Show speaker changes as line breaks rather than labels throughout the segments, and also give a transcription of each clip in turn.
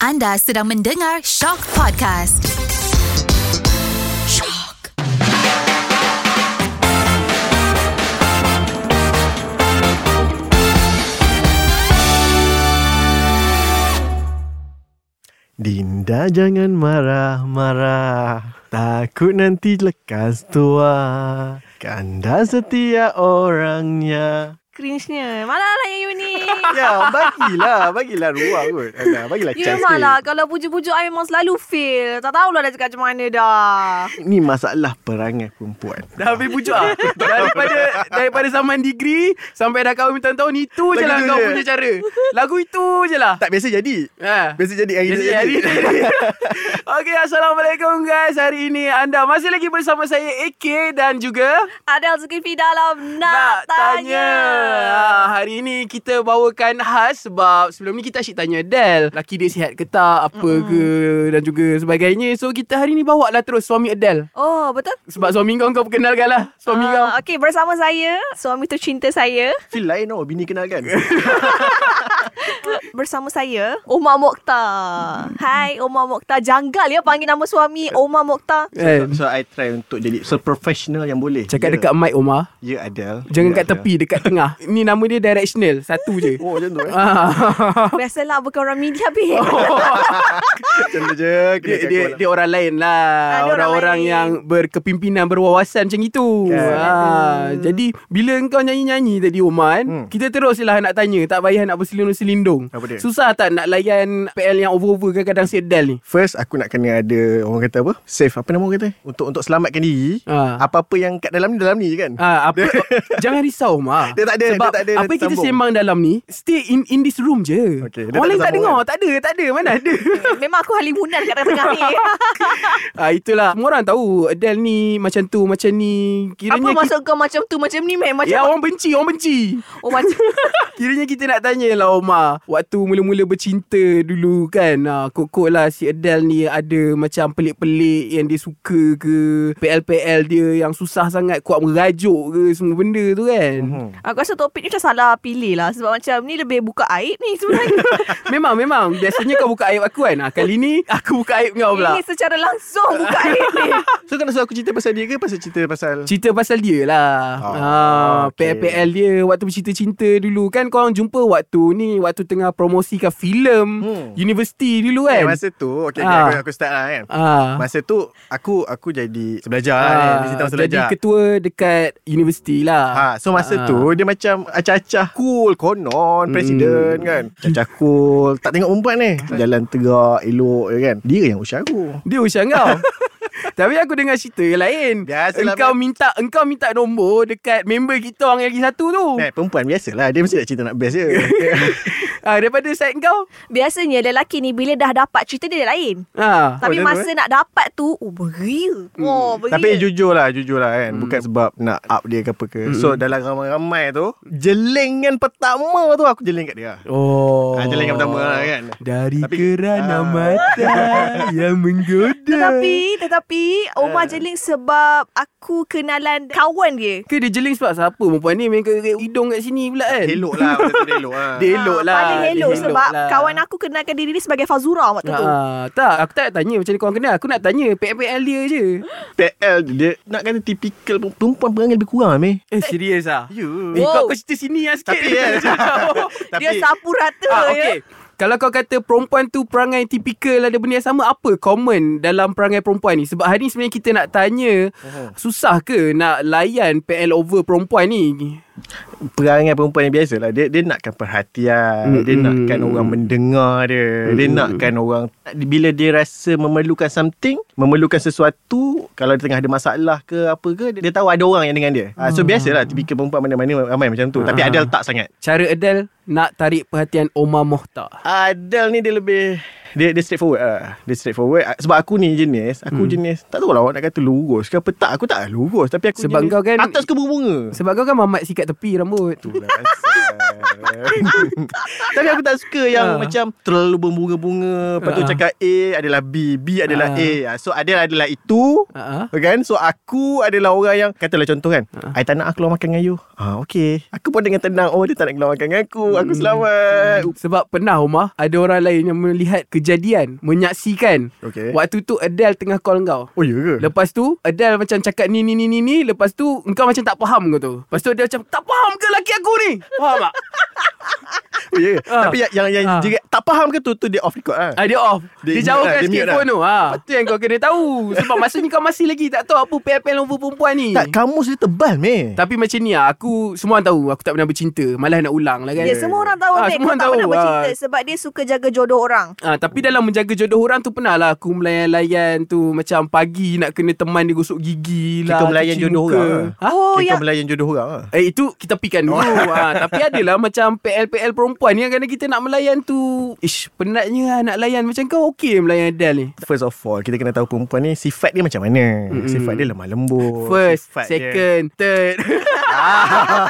Anda sedang mendengar Shock Podcast. Shock.
Dinda jangan marah-marah Takut nanti lekas tua Kanda setia orangnya
cringe-nya. Malah yang you ni.
Ya bagilah Bagilah ruang kot Alah, Bagilah
Ya
chance
memang lah
sikit
Kalau pujuk-pujuk I memang selalu fail Tak tahulah dah cakap macam mana dah
Ni masalah perangai perempuan
Dah habis pujuk lah Daripada Daripada zaman degree Sampai dah kahwin bertahun-tahun Itu je
Lagu
lah
tu
kau
je.
punya cara Lagu itu je lah
Tak biasa jadi
Ha.
Biasa jadi hari
Biasa
tak
jadi Okay Assalamualaikum guys Hari ini anda masih lagi bersama saya AK Dan juga
Adel Zulkifli dalam Nak, Tanya,
Ah, hari ini kita bawakan khas sebab sebelum ni kita asyik tanya Adele. Laki dia sihat ke tak, apa mm. ke dan juga sebagainya. So kita hari ni bawa lah terus suami Adele.
Oh betul?
Sebab suami kau kau perkenalkan lah suami kau.
Ah, Okey bersama saya Suami tercinta saya
Feel lain tau Bini kan? kenalkan
Bersama saya Omar Mokhtar Hai Omar Mokhtar Janggal ya panggil nama suami Omar Mokhtar
Eh,
So I try untuk jadi Seprofessional yang boleh
cakap
Ya.
dekat mic Omar.
Ya Adele
Jangan
Ya,
kat
Adele.
tepi, dekat tengah. Ni nama dia directional, satu je.
Oh macam tu eh
Ah. Oh.
Biasalah bukan orang media babe
Macam tu je Kena
dia, dia,
cakap
dia
lah.
orang lain
Ah,
lah
dia orang
Orang-orang
lain.
yang berkepimpinan Berwawasan macam itu
Kan.
ha, Jadi bila kau nyanyi-nyanyi tadi Oman
Hmm.
hmm. Kita terus lah nak tanya Tak payah nak berselindung-selindung
Apa dia?
Susah tak nak layan PL yang over-over kadang-kadang sedal ni
First aku nak kena ada Orang kata apa Safe apa nama orang kata Untuk untuk selamatkan diri
Ah.
Apa-apa yang kat dalam ni Dalam ni je kan
Ha, apa jangan risau Ma.
Dia tak ada,
Sebab
dia tak ada, dia
apa yang kita
sambung.
sembang dalam ni Stay in in this room je
Okey, dia tak ada
Orang lain
sambung
tak
kan?
dengar Tak ada tak ada Mana ada
Memang aku halimunan kat tengah-tengah ni
ha, Itulah Semua orang tahu Adele ni macam tu macam ni
Apa
Kiranya kita,
maksud kau macam tu macam ni meh
Ya
Macam
orang benci Orang benci
Oh macam
Kiranya kita nak tanya lah Omar Waktu mula-mula bercinta dulu kan ah, Kok-kok lah si Adele ni ada macam pelik-pelik yang dia suka ke PL-PL dia yang susah sangat Kuat merajuk ke semua benda tu kan
Mhm.
Aku rasa topik ni macam salah pilih lah Sebab macam ni lebih buka aib ni sebenarnya
Memang memang Biasanya kau buka aib aku kan ah, Kali ni aku buka aib kau pula
Ini secara langsung buka aib ni
So kena suruh aku cerita pasal dia ke Pasal cerita pasal
Cerita pasal dia lah
Oh,
oh, ah,
okay.
okay. PL dia Waktu bercinta-cinta dulu Kan korang jumpa waktu ni Waktu tengah promosikan filem
Hmm.
hmm. Universiti dulu
eh,
kan
Masa tu Okay, okay
Ah.
aku, aku start lah kan
ah.
Masa tu Aku aku jadi Sebelajar lah kan Dia cerita pasal
Ha. jadi
belajar
ketua dekat universiti lah.
Ha, so masa
Ah.
tu dia macam acah-acah cool, konon,
Hmm.
presiden kan. Acah cool, tak tengok perempuan ni. Jalan tegak, elok je kan. Dia yang usia aku.
Dia usia kau. Tapi aku dengar cerita yang lain.
Biasalah,
engkau
Mat.
minta engkau minta nombor dekat member kita orang yang lagi satu tu.
Eh, perempuan biasalah Dia mesti nak cerita nak best je
Ah daripada side kau.
Biasanya lelaki ni bila dah dapat cerita dia lain
Ha.
Tapi
macam
masa nak dapat tu Oh beria
Hmm.
Oh beria
Tapi jujur lah Jujur lah kan Bukan sebab nak up dia ke apa ke So dalam ramai-ramai tu Jelingan pertama tu Aku jeling kat dia
Oh.
Ah, jalan yang pertama lah kan.
Dari
Tapi-
Tapi, kerana
Ah.
mata yang menggoda.
Tetapi Tetapi
Eh.
Omar jeling sebab Aku kenalan kawan dia
ke dia jeling sebab siapa perempuan ni main ke ke- hidung kat sini pula kan.
Elok lah Masa tu dia elok lah
Dia elok
Ah,
lah.
Paling
dia
elok sebab
lah.
Kawan aku kenalkan diri dia sebagai Fazura waktu tu
Ah, tak, aku tak nak tanya macam ni korang kenal. Aku nak tanya PPL dia je.
PL dia Nak kata tipikal Perempuan perangai lebih kurang lah meh
Eh, serius ah?
You
Eh,
Wow.
kau, kau cerita sini lah sikit. "Oh."
Tapi kan
Dia sapu rata
ah,
ya.
okay. Kalau kau kata perempuan tu perangai tipikal ada benda yang sama apa common dalam perangai perempuan ni sebab hari ni sebenarnya kita nak tanya susah ke nak layan PL over perempuan ni
Perangai perempuan yang biasa lah Dia, dia nakkan perhatian
Mm,
Dia
mm,
nakkan
mm.
orang mendengar dia Dia
Mm, mm,
nakkan orang Bila dia rasa memerlukan something Memerlukan sesuatu Kalau dia tengah ada masalah ke apa ke Dia, dia tahu ada orang yang dengan dia Ah, So biasalah Tipikal perempuan mana-mana Ramai macam tu Tapi
Mm. Ah.
Adele tak sangat
cara Adele nak tarik perhatian Omar Mohtar
Adele ni dia lebih dia dia straightforward lah. Dia straightforward Ah, sebab aku ni jenis,
Mm.
aku hmm. jenis tak tahu lah awak nak kata lurus ke apa tak. Aku tak lurus tapi aku
Sebab
jenis,
kau kan-
atas ke bunga-bunga.
sebab kau kan mamat sikat tepi rambut
Itulah
kan?
asal. Tapi aku tak suka yang
Ha.
Ah.
macam terlalu berbunga-bunga. Lepas tu
Ah.
cakap A adalah B, B adalah
Ah.
Ha.
A. Ah, So Adele adalah itu.
Ha
Kan So aku adalah orang yang Katalah contoh kan
Ha.
uh-huh. I tak nak ah keluar makan dengan you ah, Okay Aku pun dengan
Hmm.
tenang Oh dia tak nak keluar makan dengan aku Aku selamat
Sebab pernah Omar Ada orang lain yang melihat kejadian, menyaksikan.
Okey.
Waktu tu Adele tengah call kau.
Oh ya ke?
Lepas tu Adele macam cakap ni ni ni ni ni Lepas tu Engkau macam tak faham kau tu Lepas tu dia macam Tak faham ke laki aku ni Faham tak?
Oh ya ke?
Ha.
Ah.
Tapi yang yang, yang
Ah.
dia tak faham ke tu tu dia off record lah.
Ah, dia off
Dia
Dia,
mute
jauhkan
lah, dia
sikit
mute lah.
phone tu ha. Lepas tu yang kau kena tahu Sebab maksudnya kau masih lagi Tak tahu apa PLPL over perempuan ni
Tak kamus dia tebal meh.
Tapi macam ni lah Aku Semua orang tahu Aku tak pernah bercinta Malah nak ulang lah kan
Ya, semua orang tahu
Ah,
ah,
semua
Kau
orang
tak
tahu,
pernah bercerita
ah.
Sebab dia suka jaga jodoh orang
Ah, tapi dalam menjaga jodoh orang tu pernah lah aku melayan-layan tu macam pagi nak kena teman dia gosok gigi lah.
Kita melayan
cuci
jodoh
muka.
orang lah.
Ha?
Oh
Kita
ya
melayan jodoh orang lah.
Eh itu kita pikan dulu
Oh.
ha, Tapi adalah macam PL-PL perempuan ni Kadang-kadang kita nak melayan tu Ish penatnya lah nak layan Macam kau okey melayan Adele ni
First of all Kita kena tahu perempuan ni Sifat dia macam mana
Mm-mm.
mm-hmm. Sifat dia lemah lembut
First,
Oh, sifat
second, third
dia.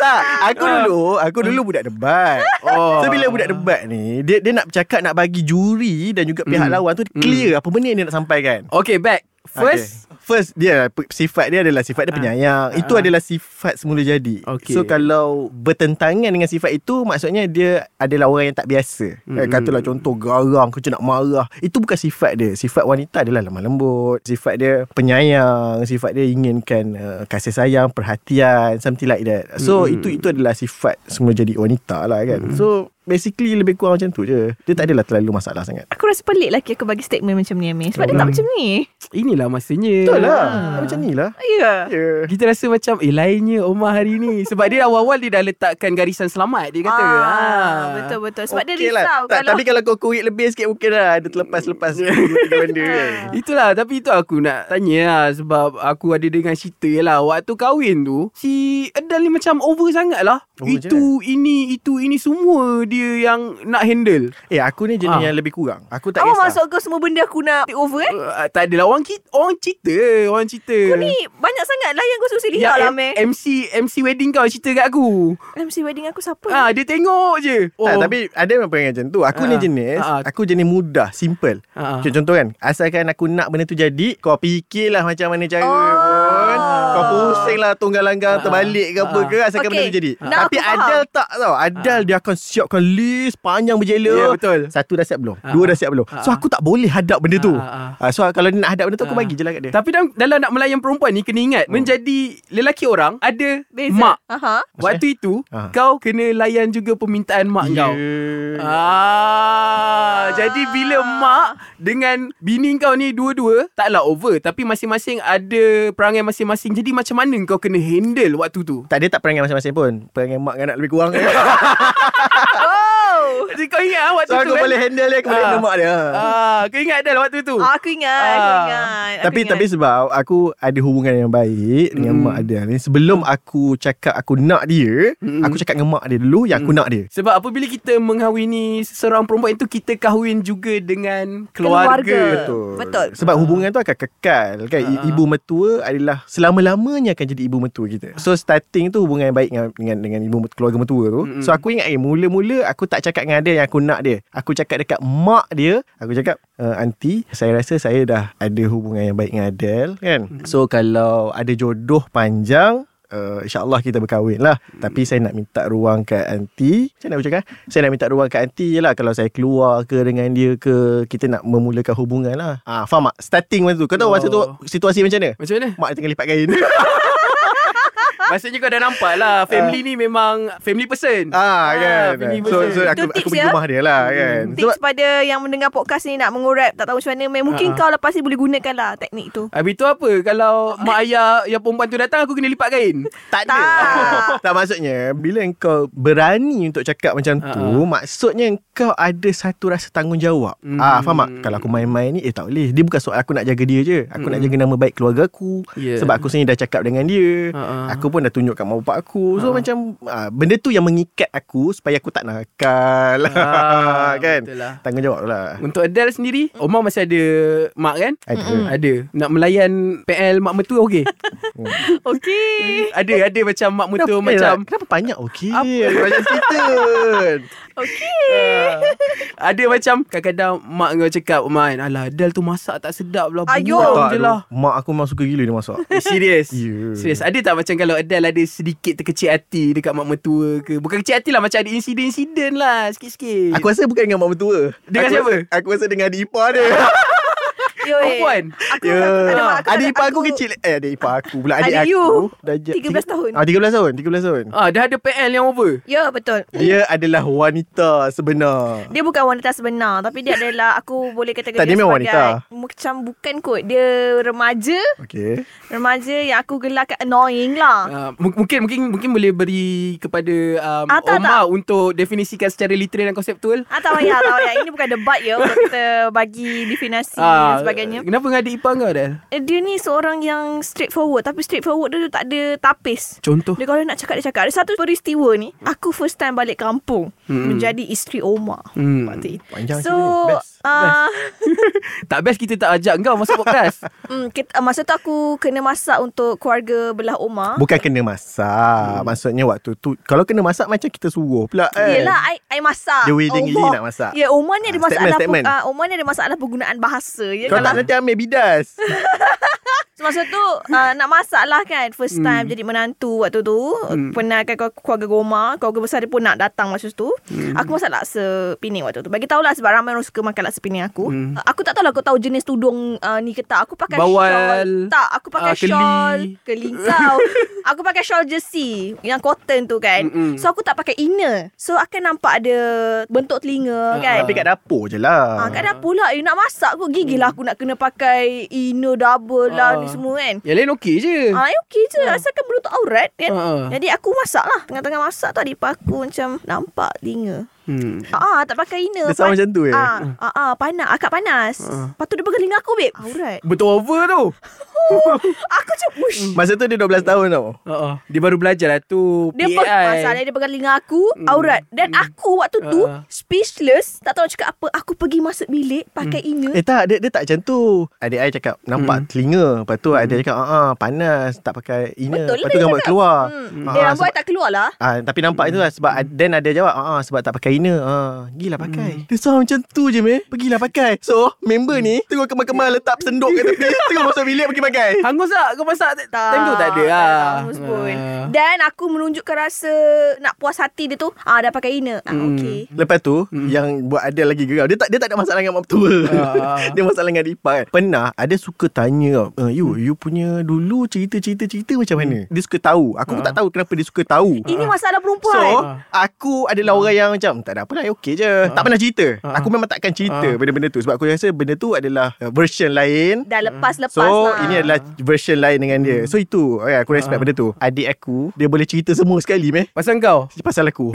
Tak Aku dulu Aku dulu budak debat
Ah. Oh.
So bila budak debat ni Dia dia nak bercakap Nak bagi juri Dan juga pihak
Mm.
lawan tu Clear apa benda yang dia nak sampaikan
Okay back First
okay. First dia pe- Sifat dia adalah Sifat dia penyayang Itu
Ah.
adalah sifat semula jadi
Okay.
So kalau Bertentangan dengan sifat itu Maksudnya dia Adalah orang yang tak biasa mm-hmm.
Mm-mm.
Katalah contoh Garang Kerja nak marah Itu bukan sifat dia Sifat wanita adalah lemah lembut Sifat dia Penyayang Sifat dia inginkan uh, Kasih sayang Perhatian Something like that So
Mm-mm.
itu itu adalah sifat Semula jadi wanita lah kan mm-hmm. So Basically lebih kurang macam tu je Dia tak adalah terlalu masalah sangat
Aku rasa pelik lelaki aku bagi statement macam ni Amir Sebab dia
Hmm.
tak macam ni
Inilah masanya
Betul lah Macam ni lah
Ya yeah.
yeah.
Kita rasa macam Eh lainnya Omar hari ni Sebab dia awal-awal Dia dah letakkan garisan selamat Dia kata
ah,
Ah.
Betul-betul Sebab okay dia
Okey
risau
lah. tak,
kalau
Tapi kalau kau kurik lebih sikit Mungkin lah Ada terlepas-lepas Dua tiga benda kan
Ah. Itulah Tapi itu aku nak tanya lah Sebab aku ada dengar cerita lah Waktu kahwin tu Si Adele ni macam over sangat lah
Over kan?
Itu Ini Itu Ini semua Dia yang nak handle
Eh aku ni jenis
Ah.
yang lebih kurang Aku tak
Awak
kisah
masuk kau semua benda aku nak take over eh
uh, Tak adalah Orang, ki- orang cerita Orang cerita
Kau ni banyak sangat lah yang kau suruh
Ya,
lihat lah Amir
M- MC MC wedding kau cerita kat aku.
MC wedding aku siapa?
Ah dia tengok je. Oh.
tak, tapi ada memang perangai macam tu Aku ni
Ah.
jenis
Ah.
Aku jenis mudah Simple
Ah.
Macam Contoh kan Asalkan aku nak benda tu jadi Kau fikirlah macam mana cara pun
Oh.
Kau pusing lah Tunggal-langgar terbalik ke apa ke Asalkan
Okey,
benda tu jadi
nak
Tapi
aku faham.
Adal tak tau Adal dia akan siapkan list Panjang berjela
Ya, betul.
Satu dah siap belum
Ah.
Dua dah siap belum So
Ah.
aku tak boleh hadap benda tu
Ah,
Ah, So kalau dia nak hadap benda tu Aku
Ah.
bagi je lah kat dia
Tapi dalam, dalam nak melayan perempuan ni kena ingat hmm. menjadi lelaki orang ada
Beza.
mak.
Aha.
Waktu itu
Ah.
kau kena layan juga permintaan mak
Ya.
kau. Ah, jadi bila mak dengan bini kau ni dua-dua taklah over tapi masing-masing ada perangai masing-masing. Jadi macam mana kau kena handle waktu tu?
Tak dia tak perangai masing-masing pun Perangai mak dengan anak lebih kurang
Oh.
Jadi kau ingat ah, waktu
So
tu
aku
kan?
boleh handle dia Aku boleh
Ah.
handle Ah. mak dia
Ah, kau ingat dah waktu tu.
Aku ingat, aku
Ah.
ingat. Aku
Tapi
ingat.
tapi sebab aku ada hubungan yang baik dengan
Mm.
mak dia ni sebelum aku cakap aku nak dia, aku cakap dengan mak dia dulu yang aku nak dia.
Sebab apabila kita mengahwini seorang perempuan itu kita kahwin juga dengan keluarga.
Keluarga.
Betul.
Betul.
Betul.
Sebab hubungan tu akan kekal kan. I-
Ah.
Ibu mertua adalah selama-lamanya akan jadi ibu mertua kita. So starting tu hubungan yang baik dengan dengan, dengan ibu mertua- keluarga mertua tu.
Mm-mm.
So aku ingat eh mula-mula aku tak cakap dengan dia yang aku nak dia. Aku cakap dekat mak dia, aku cakap uh, aunty, saya rasa saya dah ada hubungan yang baik dengan Adele kan. So kalau ada jodoh panjang Uh, InsyaAllah kita berkahwin lah Tapi saya nak minta ruang kat aunty Macam mana aku cakap Saya nak minta ruang kat aunty je lah Kalau saya keluar ke dengan dia ke Kita nak memulakan hubungan lah ah, Faham tak? Starting masa tu Kau tahu masa tu
Oh.
situasi macam mana?
Macam mana?
Mak dia tengah lipat kain
Maksudnya kau dah nampak lah Family ni memang Family person
ah, kan
family
So,
person.
so aku,
Itu
aku
tips
pergi
ya?
rumah dia lah kan
Tips pada yang mendengar podcast ni nak mengurap tak tahu macam mana Meh, mungkin
Ah.
kau lepas ni boleh gunakan lah teknik tu.
Habis tu apa Kalau mak ayah Yang perempuan tu datang Aku kena lipat kain
Tak ada
Tak.
Tak maksudnya Bila engkau berani Untuk cakap macam tu
Ah,
Maksudnya engkau ada Satu rasa tanggungjawab
Hmm.
ah, Faham tak? Kalau aku main-main ni Eh tak boleh Dia bukan soal aku nak jaga dia je Aku nak jaga nama baik keluarga aku
Hmm. Yeah.
Sebab aku sendiri dah cakap dengan dia
Ah, ah.
Aku pun dah tunjuk kat mak bapak aku
Ha.
So macam ah, Benda tu yang mengikat aku Supaya aku tak nakal
Ah,
Kan
betul lah.
Tanggungjawab tu lah
Untuk Adele sendiri Omar masih ada Mak kan
Ada.
Ada Nak melayan PL mak mertua okey
Okey.
Ada ada macam mak mertua
Kenapa-
Macam
eh, Kenapa banyak okey
Apa?
Banyak cerita
Okey.
Ada macam Kadang-kadang Mak kau cakap Omar Alah Adele tu masak tak sedap lah
Ayuh.
Buang
Tak,
je lah
Mak aku memang suka gila dia masak
Serius
Ya.
Serius Ada tak macam kalau Adele Adele ada sedikit terkecil hati dekat mak mertua ke? Bukan kecil hati lah macam ada insiden-insiden lah sikit-sikit.
Aku rasa bukan dengan mak mertua.
Dengan
aku,
siapa?
Aku rasa dengan adik ipar dia. Ya.
Yo, eh.
perempuan.
Aku, yeah. aku, tak ada mak,
adik
aku, tak-
ipar aku, kecil. Eh, adik ipar aku pula. Adik,
Adik
aku.
you.
dah je-
13 tahun.
Ah, 13 tahun. 13 tahun.
Ah, dah ada PL yang over.
Ya, betul.
Dia adalah wanita sebenar.
Dia bukan wanita sebenar Tapi dia adalah Aku boleh katakan
Tak, dia memang wanita.
Macam bukan kot Dia remaja
Okay.
Remaja yang aku gelarkan annoying lah
Uh, mungkin mungkin mungkin boleh beri kepada um,
Ah, tak,
Omar untuk definisikan secara literal dan konseptual.
Ah, tak payah, tak payah. Ini bukan debat ya Untuk kita bagi definisi
Ah,
dan sebagainya
Kenapa dengan adik ipar kau Adel?
Eh, Dia ni seorang yang straightforward Tapi straightforward dia tu tak ada tapis
Contoh.
Dia kalau nak cakap Dia cakap Ada satu peristiwa ni Aku first time balik kampung hmm. Menjadi isteri Omar
Hmm.
Waktu itu
Panjang
So
cerita ni. Best.
uh,
tak best kita tak ajak kau masuk podcast.
mm, kita, Masa tu aku Kena masak untuk Keluarga belah Omar
Bukan kena
Hmm.
masak. Maksudnya waktu tu kalau kena masak macam kita suruh pula eh.
Yelah I, I masak
Dia willing-
Omar-
willing nak masak.
Ya Omar ni ada
Ah,
masalah
statement,
statement,
statement.
Omar ni ada masalah Penggunaan bahasa ya,
Kau tak nanti ambil bidas.
Masa tu uh, Nak masak lah kan First
Hmm.
time jadi menantu Waktu tu Pernah kan kau- keluarga Goma Keluarga besar dia pun nak datang Masa tu
Hmm.
Aku masak laksa Pening waktu tu Bagi tahulah Sebab ramai orang suka makan laksa pening aku
Hmm.
Uh, Aku tak tahu lah kau tahu jenis tudung uh, ni ke tak Aku pakai
Bawal,
shawl Tak aku pakai
ah, keli.
shawl Keli kau Aku pakai shawl jersey Yang cotton tu kan
Mm-mm.
So aku tak pakai inner So akan nampak ada Bentuk telinga
Ah,
kan
Tapi kat dapur je lah.
Ah, kat dapur lah You nak masak kot Gigi lah aku nak kena pakai Inner double lah
Ah.
Ni semua kan
yang lain okey je.
Eh.
Ah, ya okey je Asalkan menutup aurat kan
Ah.
Jadi aku masak lah Tengah-tengah masak tu adik ipar aku Macam nampak telinga
Hmm.
Ah, ah, tak pakai inner
Dia sama
Pan-
macam tu, eh? Ah,
Ah, ah, ah panas Akak panas Lepas tu dia pegang telinga aku babe Aurat
Betul over tu.
Aku macam Ush
Masa tu dia 12 tahun tau.
Uh-uh. Dia baru belajar lah tu
Ah, Dia pun
PI.
Masalahnya dia pegang telinga aku
Mm.
Aurat Dan aku waktu tu
Ah.
Speechless Tak tahu nak cakap apa Aku pergi masuk bilik Pakai inner
Eh tak, dia, dia tak macam tu. Adik I cakap nampak hmm. telinga. Lepas tu adik I cakap, ah panas, tak pakai inner.
Betul lah
Lepas tu
dia
gambar
cakap.
keluar.
Hmm.
Ah,
Eh, rambut
sebab-
I tak keluar lah
Ah, tapi nampak hmm. tu lah sebab hmm. then ada jawab ah ah, sebab tak pakai inner. Ah, gilah pakai. Hmm. Dia sound macam tu je meh. Pergilah pakai. So, member ni tengok kemal-kemal letak senduk kat tepi, tengok masuk bilik pergi pakai.
Hangus tak kau masak tak, Time tu tak ada
tak
lah
hangus pun.
Ah.
Dan aku menunjukkan rasa nak puas hati dia tu. Ah dah pakai inner. Ah okey.
Lepas tu hmm. Yang buat ada lagi gerau Dia tak dia tak ada masalah dengan mak mertua
Ah.
Dia masalah dengan adik ipar kan Pernah Ada suka tanya uh, You you punya dulu Cerita-cerita-cerita macam mana Dia suka tahu Aku pun tak tahu Kenapa dia suka tahu
Ah.
Ini masalah perempuan.
So Aku adalah orang yang macam Tak ada apa lah Okay je Tak pernah cerita Aku memang takkan cerita Benda-benda tu Sebab aku rasa benda tu adalah uh, Version lain
dah
Hmm.
lepas-lepas
So
lah.
ini adalah version lain dengan dia So itu okay, Aku respect benda tu Adik aku Dia boleh cerita semua sekali meh
Pasal kau
Pasal aku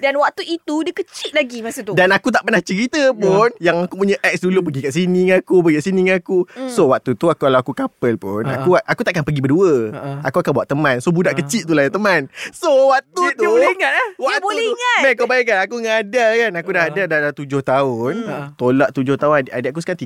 Dan waktu itu dia kecil lagi masa tu.
Dan aku tak pernah cerita pun yeah.
Ya.
Yang aku punya ex
Hmm.
dulu Pergi kat sini dengan aku Pergi kat sini dengan aku mm. So waktu tu aku, Kalau aku couple pun uh-huh.
Ha,
Aku aku takkan pergi berdua uh-huh.
Ha-ha.
Aku akan buat teman So budak uh-huh. kecil tu lah yang teman So waktu
Ha. Dia-
tu
dia boleh Ha. ingat, eh?
Dia boleh
tu-
ingat.
Meh kau bayangkan Aku dengan Adal kan Aku dah ada dah, dah 7 tahun
Ha.
Tolak 7 tahun adik, adik aku sekarang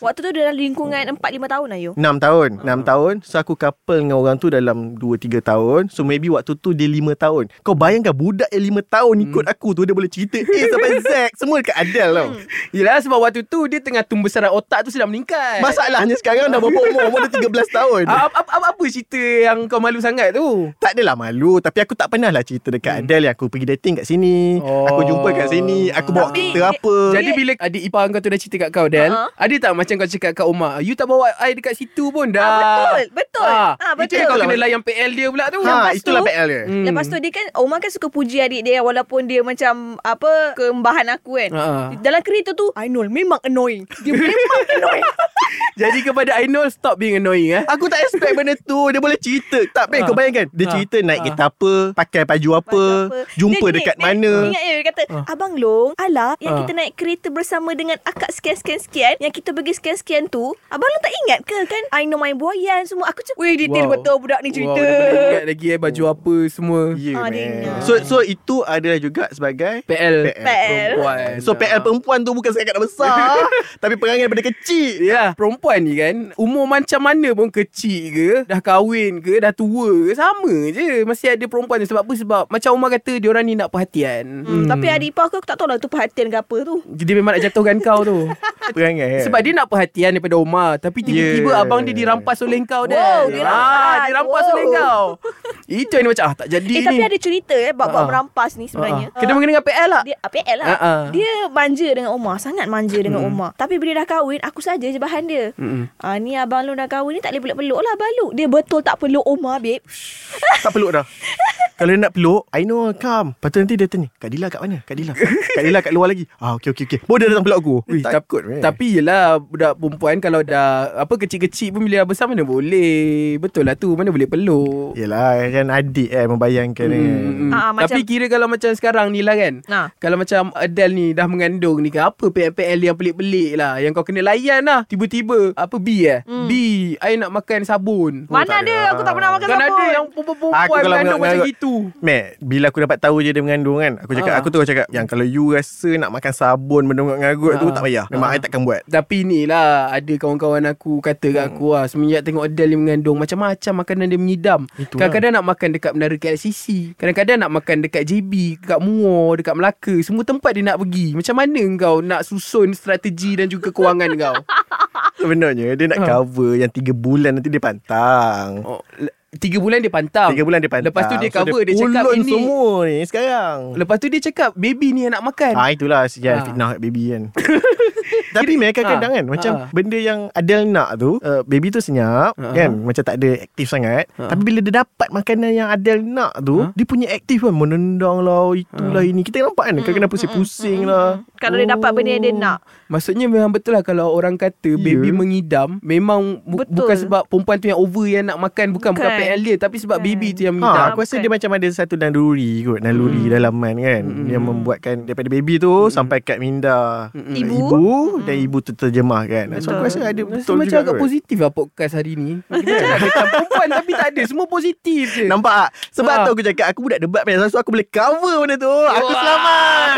13
Waktu tu dia dalam
Oh.
lingkungan 4-5 tahun lah, ayo.
6 tahun
Ha.
6 tahun So aku couple dengan orang tu Dalam 2-3 tahun So maybe waktu tu Dia 5 tahun Kau bayangkan Budak yang 5 tahun Ikut
Hmm.
aku tu Dia boleh cerita A sampai Z Semua dekat Adel tau
Yelah sebab waktu tu Dia tengah tumbuh besaran otak tu Sedang
Eh.
meningkat
Masalahnya sekarang dah berapa umur? Umur dia 13 tahun.
Ah, apa, apa, apa, apa cerita yang kau malu sangat tu
Tak adalah malu Tapi aku tak pernah lah cerita dekat hmm. Adele yang Aku pergi dating kat sini oh.
Oh.
Aku jumpa kat sini Aku bawa
Tapi-
kereta apa
Jadi bila adik ipar kau tu dah cerita kat kau Del
Ha-ha.
Ada tak macam kau cakap kat Omar You tak bawa I dekat situ pun dah
Ah, betul, betul. Ah,
Itu
betul.
yang kau
Itulah.
kena layan PL dia pula tu
ha,
lepas tu-
Itulah PL dia
Hmm.
Lepas tu dia kan Omar kan suka puji adik dia Walaupun dia macam Apa Keembahan aku kan
Ah.
Dalam kereta tu Ainul memang annoying Dia memang annoying
Jadi kepada Ainul Stop being annoying
Ah,
eh
Aku tak expect benda tu Dia boleh cerita Tak payah
Ha.
kau bayangkan Dia
Ha.
cerita naik
Ha.
kereta apa Pakai baju apa,
Ah. Baju apa.
Jumpa
Dia- dia-
dekat
dia-
mana
Ingat ya dia kata Abang Long Alah Yang
Ah.
kita naik kereta bersama Dengan akak sekian-sekian-sekian Yang kita pergi sekian-sekian tu Abang Long tak ingat ke kan I know my boy Yan semua Aku cakap Weh detail
Wow.
betul Budak ni cerita
Wow, dia boleh ingat lagi eh Baju apa semua
Ya
Ah, dia
man.
ingat.
So so itu adalah juga sebagai
PL
PL.
eh, Perempuan
So PL perempuan tu bukan sekadar besar Tapi perangai daripada kecil
Ya, perempuan ni kan umur macam mana pun kecil ke, dah kahwin ke, dah tua ke, sama je. Masih ada perempuan ni sebab apa? Sebab macam Umar kata dia orang ni nak perhatian.
Hmm, Tapi adik ipar aku, aku tak tahu lah tu perhatian ke apa tu
Dia memang nak jatuhkan kau tu.
Perangai kan?
Sebab dia nak perhatian daripada Omar Tapi tiba-tiba
Yeah.
yeah. abang dia dirampas oleh kau dah
Wow, dirampas.
ah, Dirampas
Wow.
oleh kau Itu yang dia macam ah, Tak jadi
Eh
ni
tapi ada cerita eh Bab-bab
Ah.
merampas ni sebenarnya Ah.
Kena mengenai dengan PL lah
dia APL lah.
Ah, ah.
Dia manja dengan Omar, sangat manja dengan Omar. Tapi bila dah kahwin, aku saja je bahan dia.
Mm-mm.
Ah ni abang lu dah kahwin ni tak boleh peluk-peluk lah baluk. Dia betul tak peluk Omar, babe.
Tak peluk dah Kalau dia nak peluk I know I'll come Lepas tu nanti dia tanya Kak Dila kat mana? Kak Dila Kak Dila kat luar lagi Ah okay okay okay Baru dia datang peluk aku Ui,
Ui,
Takut
tapi, tapi yelah Budak perempuan Kalau dah Apa kecil-kecil pun Bila dah besar mana boleh Betul lah tu Mana boleh peluk
Yelah kan adik eh Membayangkan
Mm, mm.
hmm.
Ah, ah, macam-
Tapi kira kalau macam sekarang ni lah kan
Ah.
Kalau macam Adele ni Dah mengandung ni kan Apa PL-PL yang pelik-pelik lah Yang kau kena layan lah Tiba-tiba Apa B eh
Hmm.
B I nak makan sabun
Mana
tak
ada
ada.
aku Oh, tak pernah makan
Kan
sabun.
ada yang
Aku
perempuan
kalau
mengandung
menganggap-
macam gitu
Mek, bila aku dapat tahu je dia mengandung kan Aku cakap,
Ah.
aku terus cakap Yang kalau you rasa nak makan sabun Benda mengarut tu
Ah.
tak payah Memang
Ah.
I takkan buat
Tapi ni lah Ada kawan-kawan aku Kata kat aku lah Semenjak tengok Adele ni mengandung Macam-macam makanan dia menyidam
Itulah.
Kadang-kadang nak makan dekat Menara KLCC Kadang-kadang nak makan dekat JB Dekat Muar Dekat Melaka Semua tempat dia nak pergi Macam mana kau Nak susun strategi Dan juga kewangan kau
Sebenarnya dia nak
Ah.
cover Yang 3 bulan nanti dia pantang
oh, le- Tiga bulan dia pantang
3 bulan dia pantang
Lepas tu dia
So,
cover Dia, cakap
ulun
ini
semua ni sekarang
Lepas tu dia cakap Baby ni yang nak makan
Ah itulah sejarah
Ah.
fitnah kat baby kan. Tapi mereka kadang
Ah.
kan macam
Ah.
benda yang Adele nak tu, uh, baby tu senyap
Ah.
kan, macam tak ada aktif sangat. Tapi bila dia dapat makanan yang Adele nak tu,
Ah.
dia punya aktif kan, menendang lah, itulah ini. Kita nampak kan,
Mm,
kadang-kadang pusing-pusing lah.
Kalau dia dapat benda yang
Oh.
dia nak.
Maksudnya memang betul lah kalau orang kata yeah. baby mengidam memang bu-
Betul.
bukan sebab perempuan tu yang over yang nak makan bukan bukan,
Bukan.
PL dia tapi sebab
Bukan.
baby tu yang
Ha,
mengidam.
aku rasa dia macam ada satu naluri kot
Mm.
Naluri dalaman kan Yang membuatkan daripada baby tu Sampai kat minda
Mm,
Ibu.
ibu Dan ibu tu terjemahkan So aku rasa ada
Rasa
betul
macam
juga
agak
kot.
positif lah podcast hari ni. Kita nak kata perempuan tapi tak ada semua positif je.
Nampak tak? Sebab
Ha.
tu aku cakap Aku budak debat Pasal so aku boleh cover benda tu Aku
Wah.
selamat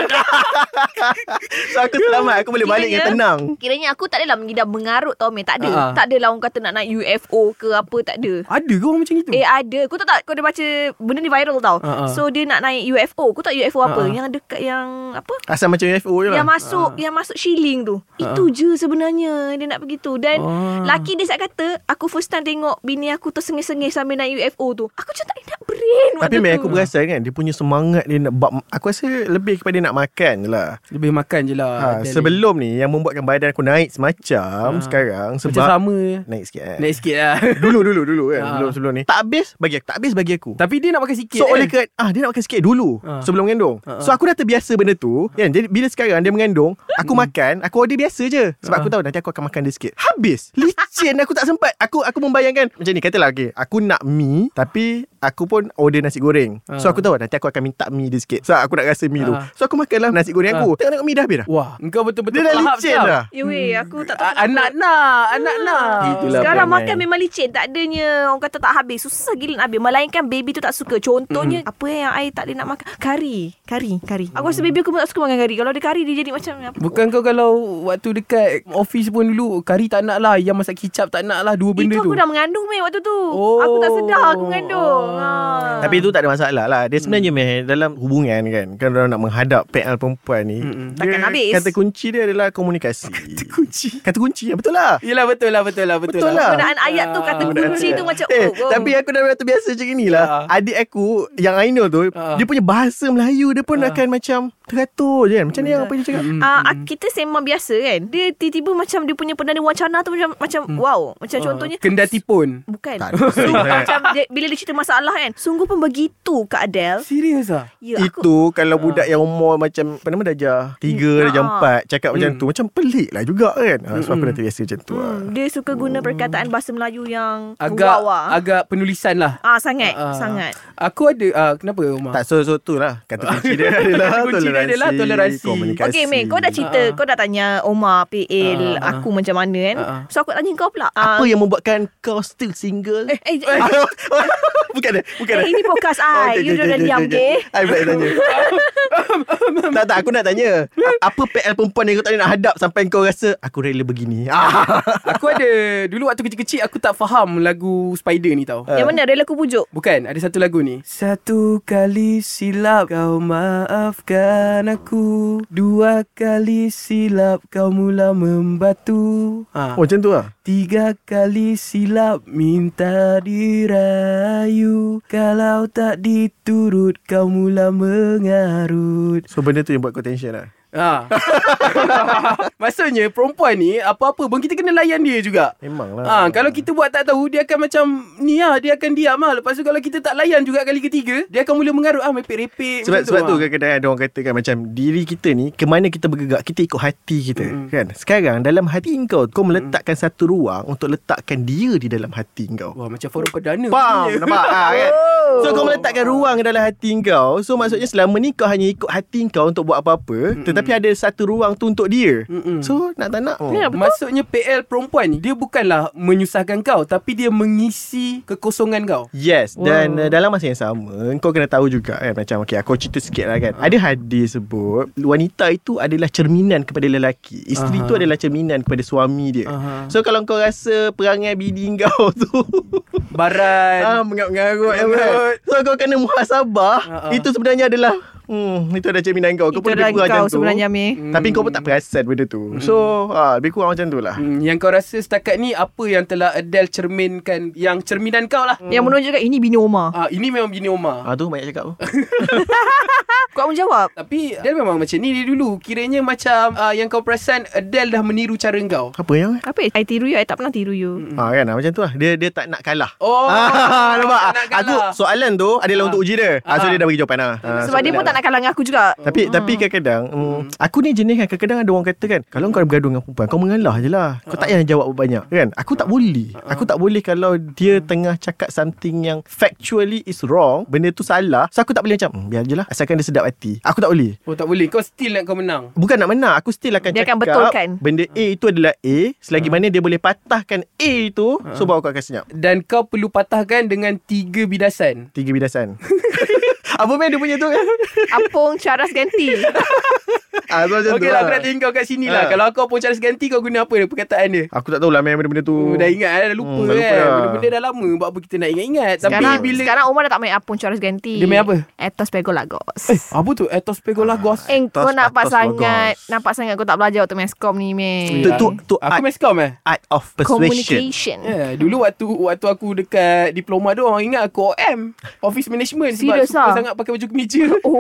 So aku selamat Aku boleh balik dengan
Kiranya-
tenang
Kiranya aku tak adalah mengidap mengarut tau Mel. Tak ada.
Ah.
Tak adalah orang kata nak naik UFO ke apa tak ada.
Ada ke orang macam itu?
Eh ada Kau tahu tak Kau dah baca Benda ni viral tau
Ah, ah.
So dia nak naik UFO Kau tahu UFO apa
Ah, ah.
Yang dekat yang Apa
Asal macam UFO je lah
Yang masuk Yang masuk shilling tu Itu je sebenarnya Dia nak pergi tu Dan
Ah.
laki dia saat kata Aku first time tengok Bini aku tersengih-sengih Sambil naik UFO tu Aku macam tak nak brain
Tapi
waktu
Mel
tu.
aku berasa kan Dia punya semangat Dia nak bab Aku rasa lebih kepada nak makan je lah
Lebih makan je lah.
ha,
Adele.
Sebelum ni Yang membuatkan badan aku naik Semacam sekarang
macam
Sebab
sama je.
Naik sikit kan
Naik sikit lah.
Dulu dulu dulu kan
Ha.
Sebelum sebelum ni Tak habis bagi aku Tak habis bagi aku
tapi dia nak makan sikit.
So
kan?
oleh ke ah dia nak makan sikit dulu
Ah.
sebelum mengandung.
Ah, ah.
So aku dah terbiasa benda tu kan. Jadi bila sekarang dia mengandung, aku
Hmm.
makan, aku order biasa je sebab
Ah.
aku tahu nanti aku akan makan dia sikit. Habis. Licin aku tak sempat. Aku aku membayangkan macam ni katalah okey, aku nak mi tapi aku pun order nasi goreng. So
Ah.
aku tahu nanti aku akan minta mi dia sikit. So aku nak rasa mi tu.
Ah.
So aku makanlah nasi goreng aku. Tengok-tengok mi dah habis dah.
Wah, engkau
Dia
betul-betul
dah
faham Eh,
licin
Sam.
dah.
Ya weh Aku tak tahu
A- lah. Anak nak, anak nak.
Itulah
Ah, Sekarang
perangai.
makan memang licin Tak adanya Orang kata tak habis Susah gila nak habis Melainkan baby tu tak suka Contohnya Apa yang I tak boleh nak makan Kari Kari Kari Aku
Oh.
rasa baby aku pun tak suka makan kari Kalau ada kari dia jadi macam apa?
Bukan kau kalau waktu dekat office pun dulu kari tak nak lah, yang masak kicap tak nak lah dua benda
Itu
tu.
aku dah mengandung meh waktu tu
Oh.
Aku tak sedar aku mengandung ha.
Tapi itu tak ada masalah lah
Hmm.
Dia sebenarnya meh Dalam hubungan kan Kan orang nak menghadap PL perempuan ni dia-
Hmm,
Takkan habis.
Kata kunci dia adalah komunikasi Kata
kunci.
Kata kunci ya, Betul lah
Yelah betul lah betul lah betul,
Betul lah.
Penggunaan ayat tu kata
Ah.
kunci tu macam
Eh,
oh, oh.
tapi aku dah rata biasa macam inilah.
Ah.
Adik aku yang I know tu,
Ah.
dia punya bahasa Melayu dia pun akan macam teratur je kan. Macam ni yang apa dia cakap.
Ah, ah, kita sembang biasa kan Dia tiba-tiba macam Dia punya perdana wacana tu Macam macam wow Macam contohnya
kendati pun.
Bukan
Hmm. Oh, Tak ada.
so, Macam dia, Bila dia cerita masalah kan Sungguh pun begitu Kak Adele
Serius ah?
Ya, aku-
Itu kalau budak yang umur macam apa nama darjah 3 darjah 4
Ah.
cakap macam
Hmm.
tu macam pelik lah juga kan. Ha, sebab aku dah terbiasa macam tu. lah.
Hmm, dia suka guna perkataan bahasa Melayu yang
Oh. Agak
wawa.
agak penulisan lah.
ah sangat,
Ah.
sangat.
Aku ada ah, kenapa Umar?
Tak so so tu lah Kata kunci dia adalah
Kunci dia adalah toleransi.
lah Komunikasi
Okay, Mei, kau dah cerita,
Ah.
kau dah tanya Omar, PL,
Ah, ah.
aku macam mana kan.
Ah, ah.
So aku tanya kau pula.
Apa
Ah,
yang membuatkan kau still single
eh, eh,
Bukan bukan eh, bukan
Eh, ini podcast I. You don't diam, okay?
I pula yang tanya. tak, tak. Aku nak tanya. a- Apa PL perempuan yang kau tak boleh nak hadap sampai kau rasa, aku rela begini. Ah.
Aku ada Dulu waktu kecil-kecil Aku tak faham lagu Spider ni tau
Yang mana rela aku pujuk
Bukan, ada satu lagu ni. Satu kali silap kau maafkan aku. Dua kali silap kau mula membatu. Ha.
Oh, macam tu lah.
Tiga kali silap minta dirayu. Kalau tak diturut kau mula mengarut.
So, benda tu yang buat kau tension lah.
Ha. Maksudnya perempuan ni apa-apa pun kita kena layan dia juga.
Memang
Ha,
lah.
kalau kita buat tak tahu dia akan macam ni lah dia akan diam lah. Lepas tu kalau kita tak layan juga kali ketiga dia akan mula mengarut ah
Eh,
mepek-repek
Sebab
macam
sebab tu
ah.
kadang-kadang ada orang kata kan macam diri kita ni ke mana kita bergerak kita ikut hati kita mm. kan. Sekarang dalam hati kau kau meletakkan mm. satu ruang untuk letakkan dia di dalam hati kau.
Wah macam forum perdana.
Faham
punya.
Nampak ha, kan So kau meletakkan ruang Dalam hati kau So maksudnya selama ni Kau hanya ikut hati kau Untuk buat apa-apa Mm-mm. Tetapi ada satu ruang tu Untuk dia Mm-mm. So nak tak nak oh.
Ya, betul.
Maksudnya PL perempuan ni dia bukanlah menyusahkan kau tapi dia mengisi kekosongan kau.
Yes Dan uh, dalam masa yang sama Kau kena tahu juga kan Macam okay Aku cerita sikit lah kan Ada hadis sebut Wanita itu adalah cerminan Kepada lelaki Isteri itu
Aha.
adalah cerminan Kepada suami dia
Aha.
So kalau kau rasa Perangai bini kau tu
Baran.
Ah, mengarut-mengarut kan.
Mengarut.
So kau kena muhasabah.
Ha, ha.
Itu sebenarnya adalah hmm itu adalah cerminan kau. Kau
Itu
pun
adalah
lebih kurang
kau
macam tu.
sebenarnya, Amir.
Hmm. Tapi kau pun tak perasan benda tu. So, ah lebih kurang macam tu lah.
Hmm, yang kau rasa setakat ni apa yang telah Adele cerminkan yang cerminan kau lah.
Yang menunjukkan ini bini Omar
Ah ini memang bini Omar.
Ah tu banyak cakap tu.
Ah,
Kau pun jawab
Tapi Adele memang macam ni dia dulu. Kiranya macam uh, yang kau perasan Adele dah meniru cara kau.
Apa yang?
Apa I tiru you I tak pernah tiru
Hmm.
you
Ah kan ah, macam tu lah. Dia dia tak nak kalah.
Oh,
ah, nampak.
tak nak
Ah, Aku
kalah.
soalan tu adalah untuk uji dia. Ah, so dia dah bagi jawapan lah. Ah, so-
Sebab dia pun tak nak kalah dengan aku juga
Tapi hmm. tapi kadang-kadang hmm, aku ni jenis kan kadang-kadang ada orang kata kan kalau kau bergaduh dengan perempuan kau mengalah je lah. Kau tak payah jawab banyak kan. Aku tak boleh. Aku tak boleh kalau dia tengah cakap something yang factually is wrong, benda tu salah. So aku tak boleh macam hmm, biar je lah asalkan dia sedap hati. Aku tak boleh.
Oh tak boleh Kau still nak kau menang
Bukan nak menang Aku still akan kan? Ah.
Dia
cakap
akan betulkan.
Benda A itu adalah A Selagi mana dia boleh patahkan A itu So baru kau akan senyap
Dan kau perlu patahkan Dengan tiga bidasan
Tiga bidasan Apa main dia punya tu kan
Apung caras ganti
ah, so macam
Okey
tu lah
lah aku nak tanya kau kat sini lah
Ha.
Kalau kau pun cara ganti Kau guna apa dia, perkataan dia
Aku tak tahulah main benda-benda tu
Oh, dah ingat lah, dah lupa
Hmm,
hmm,
dah
kan
lupa dah.
Benda-benda dah lama Buat apa kita nak ingat-ingat Tapi
Sekarang
bila
sekarang Omar dah tak main apung caras ganti
Dia main apa?
Etos Pegolagos
Eh apa tu Etos
Ah,
Pegolagos Oh, ya.
Eh kau
Atas-
nampak
atas
sangat
bagus.
Nampak sangat kau tak belajar Waktu meskom ni meh
Tu tu tu
Aku
art,
meskom eh
art of persuasion
Communication
Yeah, Ya, dulu waktu waktu aku dekat diploma tu orang ingat aku OM Office Management
Serious
sebab suka
ah?
sangat pakai baju kemeja.
Oh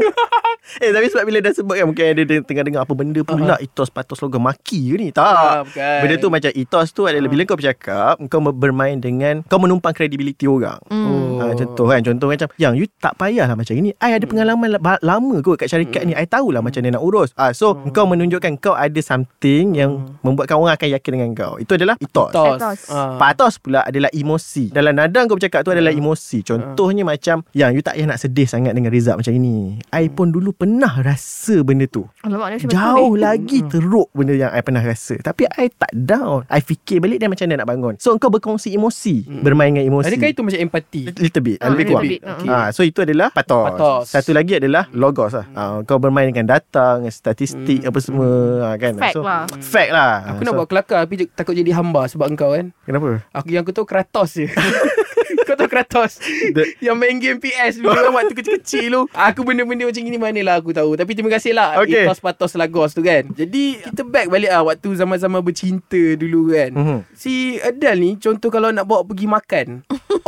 Eh tapi sebab bila dah sebut kan Mungkin ada dia tengah dengar Apa benda pula uh-huh. Itos patos logam maki ke ni Tak
Ah, bukan. Ah.
Benda tu macam Itos tu adalah uh. Bila kau bercakap Kau bermain dengan Kau menumpang kredibiliti orang
Hmm.
mm.
Oh.
ha, Contoh kan Contoh macam Yang you tak payahlah macam ini I ada
Hmm.
pengalaman la- lama kot Kat syarikat ni I tahulah macam mana nak urus ha, So
Hmm.
kau menunjukkan Kau ada something Yang membuatkan orang akan yakin dengan kau Itu adalah Itos
Etos.
Ah.
Patos pula adalah emosi Dalam nada kau bercakap tu adalah emosi Contohnya
Ah.
macam Yang you tak payah nak sedih sangat dengan result macam ini
Hmm.
I pun dulu pernah rasa benda tu
Alamak dia macam
Jauh lah.
betul, eh.
lagi
Hmm.
teruk benda yang I pernah rasa Tapi I tak down I fikir balik dan macam mana nak bangun So kau berkongsi emosi
Hmm.
Bermain dengan emosi
Adakah itu macam empati?
Little bit
Ah,
Lebih
little
kurang
bit,
okay. ah, So itu adalah patos.
Patos. Hmm.
Satu lagi adalah logos lah ah, Kau bermain dengan data Dengan statistik Apa semua ah, kan?
Fact
so,
lah.
Fact lah
Aku nak buat kelakar tapi je- takut jadi hamba sebab engkau kan.
Kenapa?
Aku yang aku tahu Kratos je. kau tahu Kratos
The-
Yang main game PS dulu kan Waktu kecil-kecil tu Aku benda-benda macam gini Manalah aku tahu Tapi terima kasih lah
Okay.
Itos patos lagos tu kan Jadi kita back balik lah Waktu zaman-zaman bercinta dulu kan
Mhm.
Si Adele ni Contoh kalau nak bawa pergi makan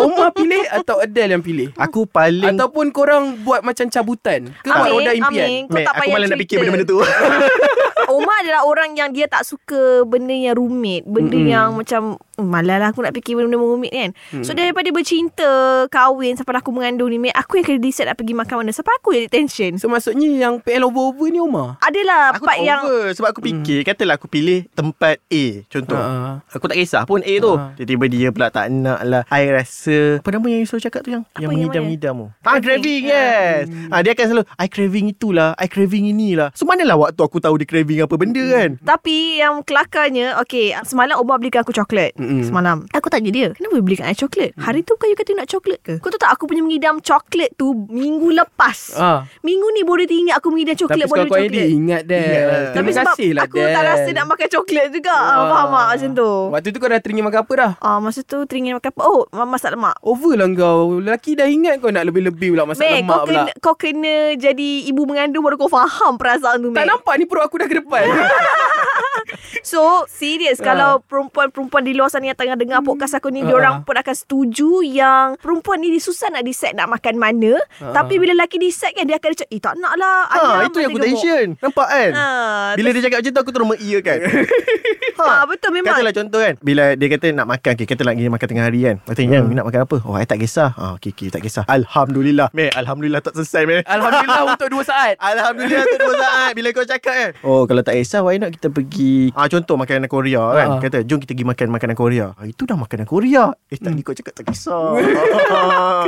Omar pilih Atau Adele yang pilih
Aku paling
Ataupun korang buat macam cabutan Ke buat roda
Amin,
impian
Amin, kau
Mate,
tak
aku
payah
malah
cerita.
nak fikir benda-benda tu
Omar adalah orang yang dia tak suka benda yang rumit. Benda mm-hmm. yang macam "Mm, malalah aku nak fikir benda-benda rumit kan. Mm. So daripada bercinta, kahwin sampai aku mengandung ni, mate, aku yang kena decide nak pergi makan mana. Sampai aku jadi tension.
So maksudnya yang PL over-over ni Omar
Adalah
Aku
part
tak
yang
over Sebab aku fikir Katalah aku pilih Tempat A Contoh
Ha.
Aku tak kisah pun A tu
Ha.
Tiba-tiba dia pula tak nak lah I rasa Apa nama yang you selalu cakap tu yang Yang
yang
mengidam-ngidam tu Ha craving
Craving.
yes ha, Dia akan selalu I craving itulah I craving inilah So manalah waktu aku tahu Dia craving apa benda kan
tapi yang
Mm.
kelakarnya Okay Semalam Omar belikan aku coklat mm-hmm. Semalam Aku tanya dia Kenapa belikan I coklat Hari tu bukan you kata you nak coklat ke? Kau tahu tak aku punya mengidam coklat tu minggu lepas.
Ah.
Minggu ni boleh diingat aku mengidam
Tapi
coklat
sekarang
boleh
kau
coklat.
edit Ingat Del
Ingat lah.
Terima
Tapi sebab
kasih lah
aku tak rasa nak makan coklat juga. Ah. Faham tak macam tu?
Waktu tu kau dah teringin makan apa dah
Ah, masa tu teringin makan apa? Oh, masak lemak.
Over lah kau Lelaki dah ingat kau nak lebih-lebih pula Masak
Meh,
lemak
kau
pula
kena, kau kena jadi ibu mengandung baru kau faham perasaan tu,
Tak
Meh.
nampak ni perut aku dah ke depan
So, serius. Kalau perempuan-perempuan di luar sana yang tengah dengar podcast aku ni,
Ah.
diorang pun akan setuju yang perempuan ni dia susah nak decide nak makan mana.
Ah.
Tapi bila lelaki decide kan, dia akan cakap, eh tak nak lah.
Ha,
ayam
itu yang aku
atau
tak
gemuk."
Asian. Nampak kan?
Ha,
Bila dia cakap macam tu aku kan? terus mengiyakan.
ha, betul memang.
Katalah contoh kan Bila dia kata nak makan okay, Kata lagi makan tengah hari kan Kau tanya hmm. nak makan apa Oh I tak kisah ah, okay, okay, tak kisah Alhamdulillah Meh Alhamdulillah tak selesai meh
Alhamdulillah untuk 2 saat
Alhamdulillah tu dua saat Bila kau cakap kan Oh kalau tak kisah Why not kita pergi ah, Contoh makanan Korea kan
Ah.
Kata jom kita pergi makan makanan Korea ah, Itu dah makanan Korea Eh tadi kau cakap tak kisah Ah.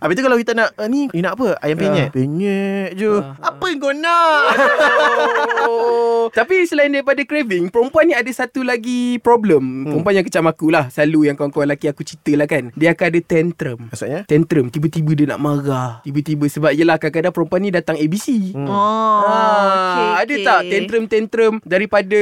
Habis tu kalau kita nak ah, Ni you nak apa Ayam penyet Penyet je
Ah,
Apa yang kau nak
Oh. Tapi selain daripada craving Perempuan ni ada satu lagi problem hmm. Perempuan yang kecam aku lah Selalu yang kawan-kawan lelaki aku cerita lah kan Dia akan ada tantrum
Maksudnya
Tantrum Tiba-tiba dia nak marah Tiba-tiba sebab Yelah kadang-kadang perempuan ni datang ABC hmm.
Oh, okay,
Ah, ada
okay.
tak tantrum-tantrum daripada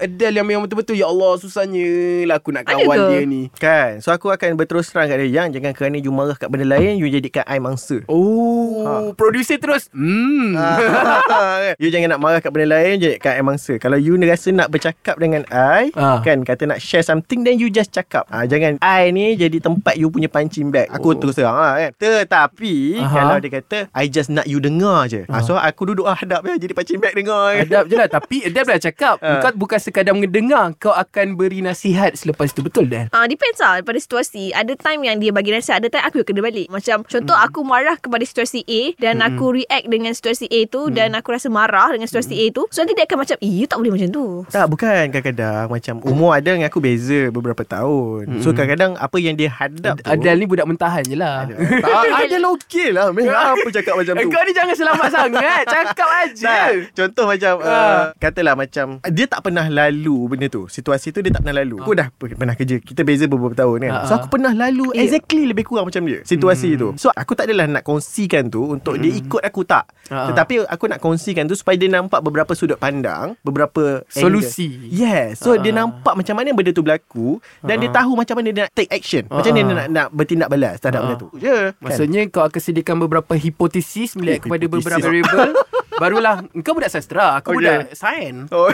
Adele yang memang betul-betul ya Allah susahnya lah aku nak
Ada
kawan
ke?
dia ni.
Kan So aku akan berterus terang kat dia Yang jangan kerana you marah kat benda lain You jadikan I mangsa
Oh, ha. producer terus. Hmm. Oh.
Ah, kan? you jangan nak marah kat benda lain je Kat I mangsa Kalau you rasa nak bercakap dengan I
Ah.
Kan kata nak share something Then you just cakap ah, Jangan I ni jadi tempat you punya punching bag Aku
Oh.
terus terang lah kan Tetapi
Aha.
Kalau dia kata I just nak you dengar je ah. So aku duduk ah, hadap je Jadi punching bag dengar kan
Adab je lah Tapi Adab dah cakap
Ah.
Kau bukan sekadar mendengar Kau akan beri nasihat Selepas itu Betul Dan
Ah uh, depends lah pada situasi. Ada time yang dia bagi nasihat, ada time aku yang kena balik. Macam contoh mm. aku marah kepada situasi A dan mm. aku react dengan situasi A tu mm. dan aku rasa marah dengan situasi mm. A tu. So nanti dia akan macam, "Eh, you tak boleh macam tu."
tak bukan kadang-kadang macam umur ada dengan aku beza beberapa tahun. So kadang-kadang apa yang dia hadap tu
Adal ni budak mentahan je lah
Tak, Adel okey lah Meh apa cakap macam tu
Kau ni jangan selamat sangat Cakap
tak,
aja Kan?
Contoh macam uh,
Ah.
Katalah macam Dia tak pernah lalu benda tu Situasi tu dia tak pernah lalu Aku dah pe- pernah kerja Kita beza beberapa tahun kan
Ah,
So
ah. Hmm.
aku pernah lalu
Ya.
Exactly lebih kurang macam dia Situasi tu So aku tak adalah nak kongsikan tu Untuk dia ikut aku tak
Ah, ah.
Tetapi aku nak kongsikan tu Supaya dia nampak beberapa sudut pandang Beberapa angle.
Solusi.
Yes So dia
Ah.
nampak macam mana benda tu berlaku Dan dia tahu macam mana dia nak take action Macam mana
Ah.
dia nak, nak bertindak balas Terhadap
Ah.
benda tu Je kan?
Maksudnya kau akan sediakan beberapa hipotesis melihat
Oh,
kepada
hipotesis.
beberapa variable barulah kau budak sastra, aku
Okay.
budak sains.
Oh.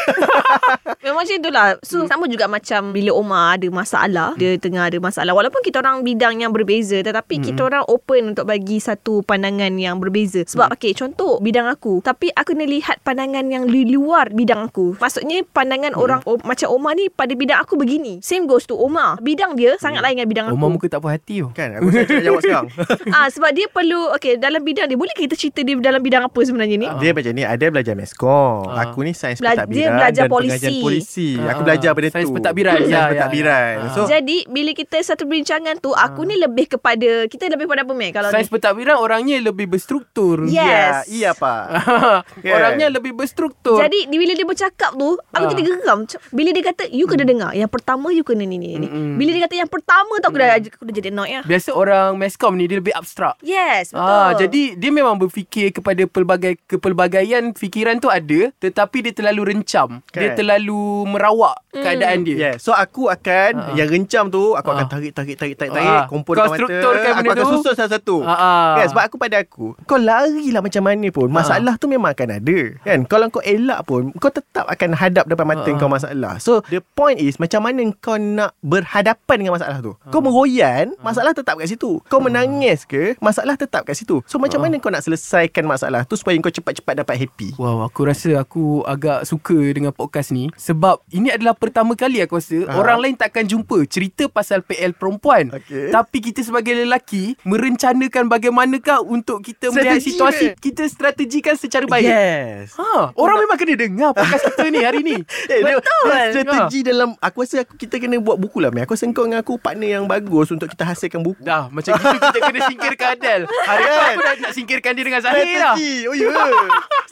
Memang macam itulah.
Hmm.
So mm. sama juga macam bila Omar ada masalah, dia tengah ada masalah. Walaupun kita orang bidang yang berbeza tetapi mm. kita
Hmm.
orang open untuk bagi satu pandangan yang berbeza. Sebab
Hmm.
mm. okey, contoh bidang aku, tapi aku kena lihat pandangan yang di luar bidang aku. Maksudnya pandangan mm.
Hmm.
orang o, macam Omar ni pada bidang aku begini. Same goes to Omar. Bidang dia sangat lain dengan bidang
Hmm. Omar
aku.
muka tak puas hati tu.
Kan aku saya nak jawab sekarang
ah sebab dia perlu okey dalam bidang dia boleh kita cerita dia dalam bidang apa sebenarnya ni?
Dia macam ni Ada belajar meskom
Ah.
Aku ni sains
Bela-
pentadbiran
dia belajar
Dan pengajian
polisi.
polisi
Ah,
Aku belajar benda
sains
tu
pentadbiran. Ya,
Sains
ya,
pentadbiran
ya.
So
Ah. Jadi bila kita satu perbincangan tu aku
Ah.
ni lebih kepada kita lebih pada apa meh kalau
Sains pentadbiran orangnya lebih berstruktur. Ya.
Ya. Yes.
Iya pak Kan?
Orangnya lebih berstruktur.
Jadi di- bila dia bercakap tu Aku
Ah. Hmm.
jadi geram Macam, Bila dia kata You kena dengar Yang pertama you kena ni ni ni
Mm-mm. Mm.
Bila dia kata yang pertama tu Aku dah, aku dah jadi annoyed lah
biasa orang meskom ni dia lebih abstrak.
Yes betul
Ah, jadi dia memang berfikir kepada pelbagai kepelbagaian fikiran tu ada tetapi dia terlalu rencam. Kan. Dia
Kan.
terlalu merawak mm.
Hmm.
keadaan dia.
Yeah. So aku akan
Ah.
Yang rencam tu Aku akan
Ah.
tarik Tarik tarik tarik
Ah.
tarik Kumpul
Kau
depan mata
strukturkan
Aku
benda
akan
tu.
susun satu-satu
Ah, ah.
kan? Sebab aku pada aku Kau larilah macam mana pun
Ha.
Masalah tu memang akan ada kan? Kalau kau elak pun Kau tetap akan hadap depan mata
Ah,
kau masalah So the point is Macam mana kau nak Berhadapan dengan masalah tu Kau
Ha.
meroyan Masalah tetap kat situ Kau menangis ke Masalah tetap kat situ So
Ha.
macam mana kau nak selesaikan masalah tu Supaya kau cepat-cepat dapat happy
Wow, aku rasa aku agak suka dengan podcast ni sebab ini adalah pertama kali aku rasa
Ah.
orang lain takkan jumpa cerita pasal PL perempuan.
Okey.
Tapi kita sebagai lelaki merencanakan bagaimanakah untuk kita melihat
Strategi,
situasi,
Mat.
kita strategikan secara baik.
Yes
Ha, orang memang kena dengar podcast kita ni hari ni.
Eh, dia-
Betul. Ha. Oh.
dia Strategi dalam Aku rasa aku, kita kena buat buku lah Mel. Aku rasa kau dengan aku Partner yang bagus Untuk kita hasilkan buku
Dah, macam gitu kita kena singkirkan Adel. Hari tu aku dah nak singkirkan dia dengan Zahir dah.
Kan? Strategi Oh ya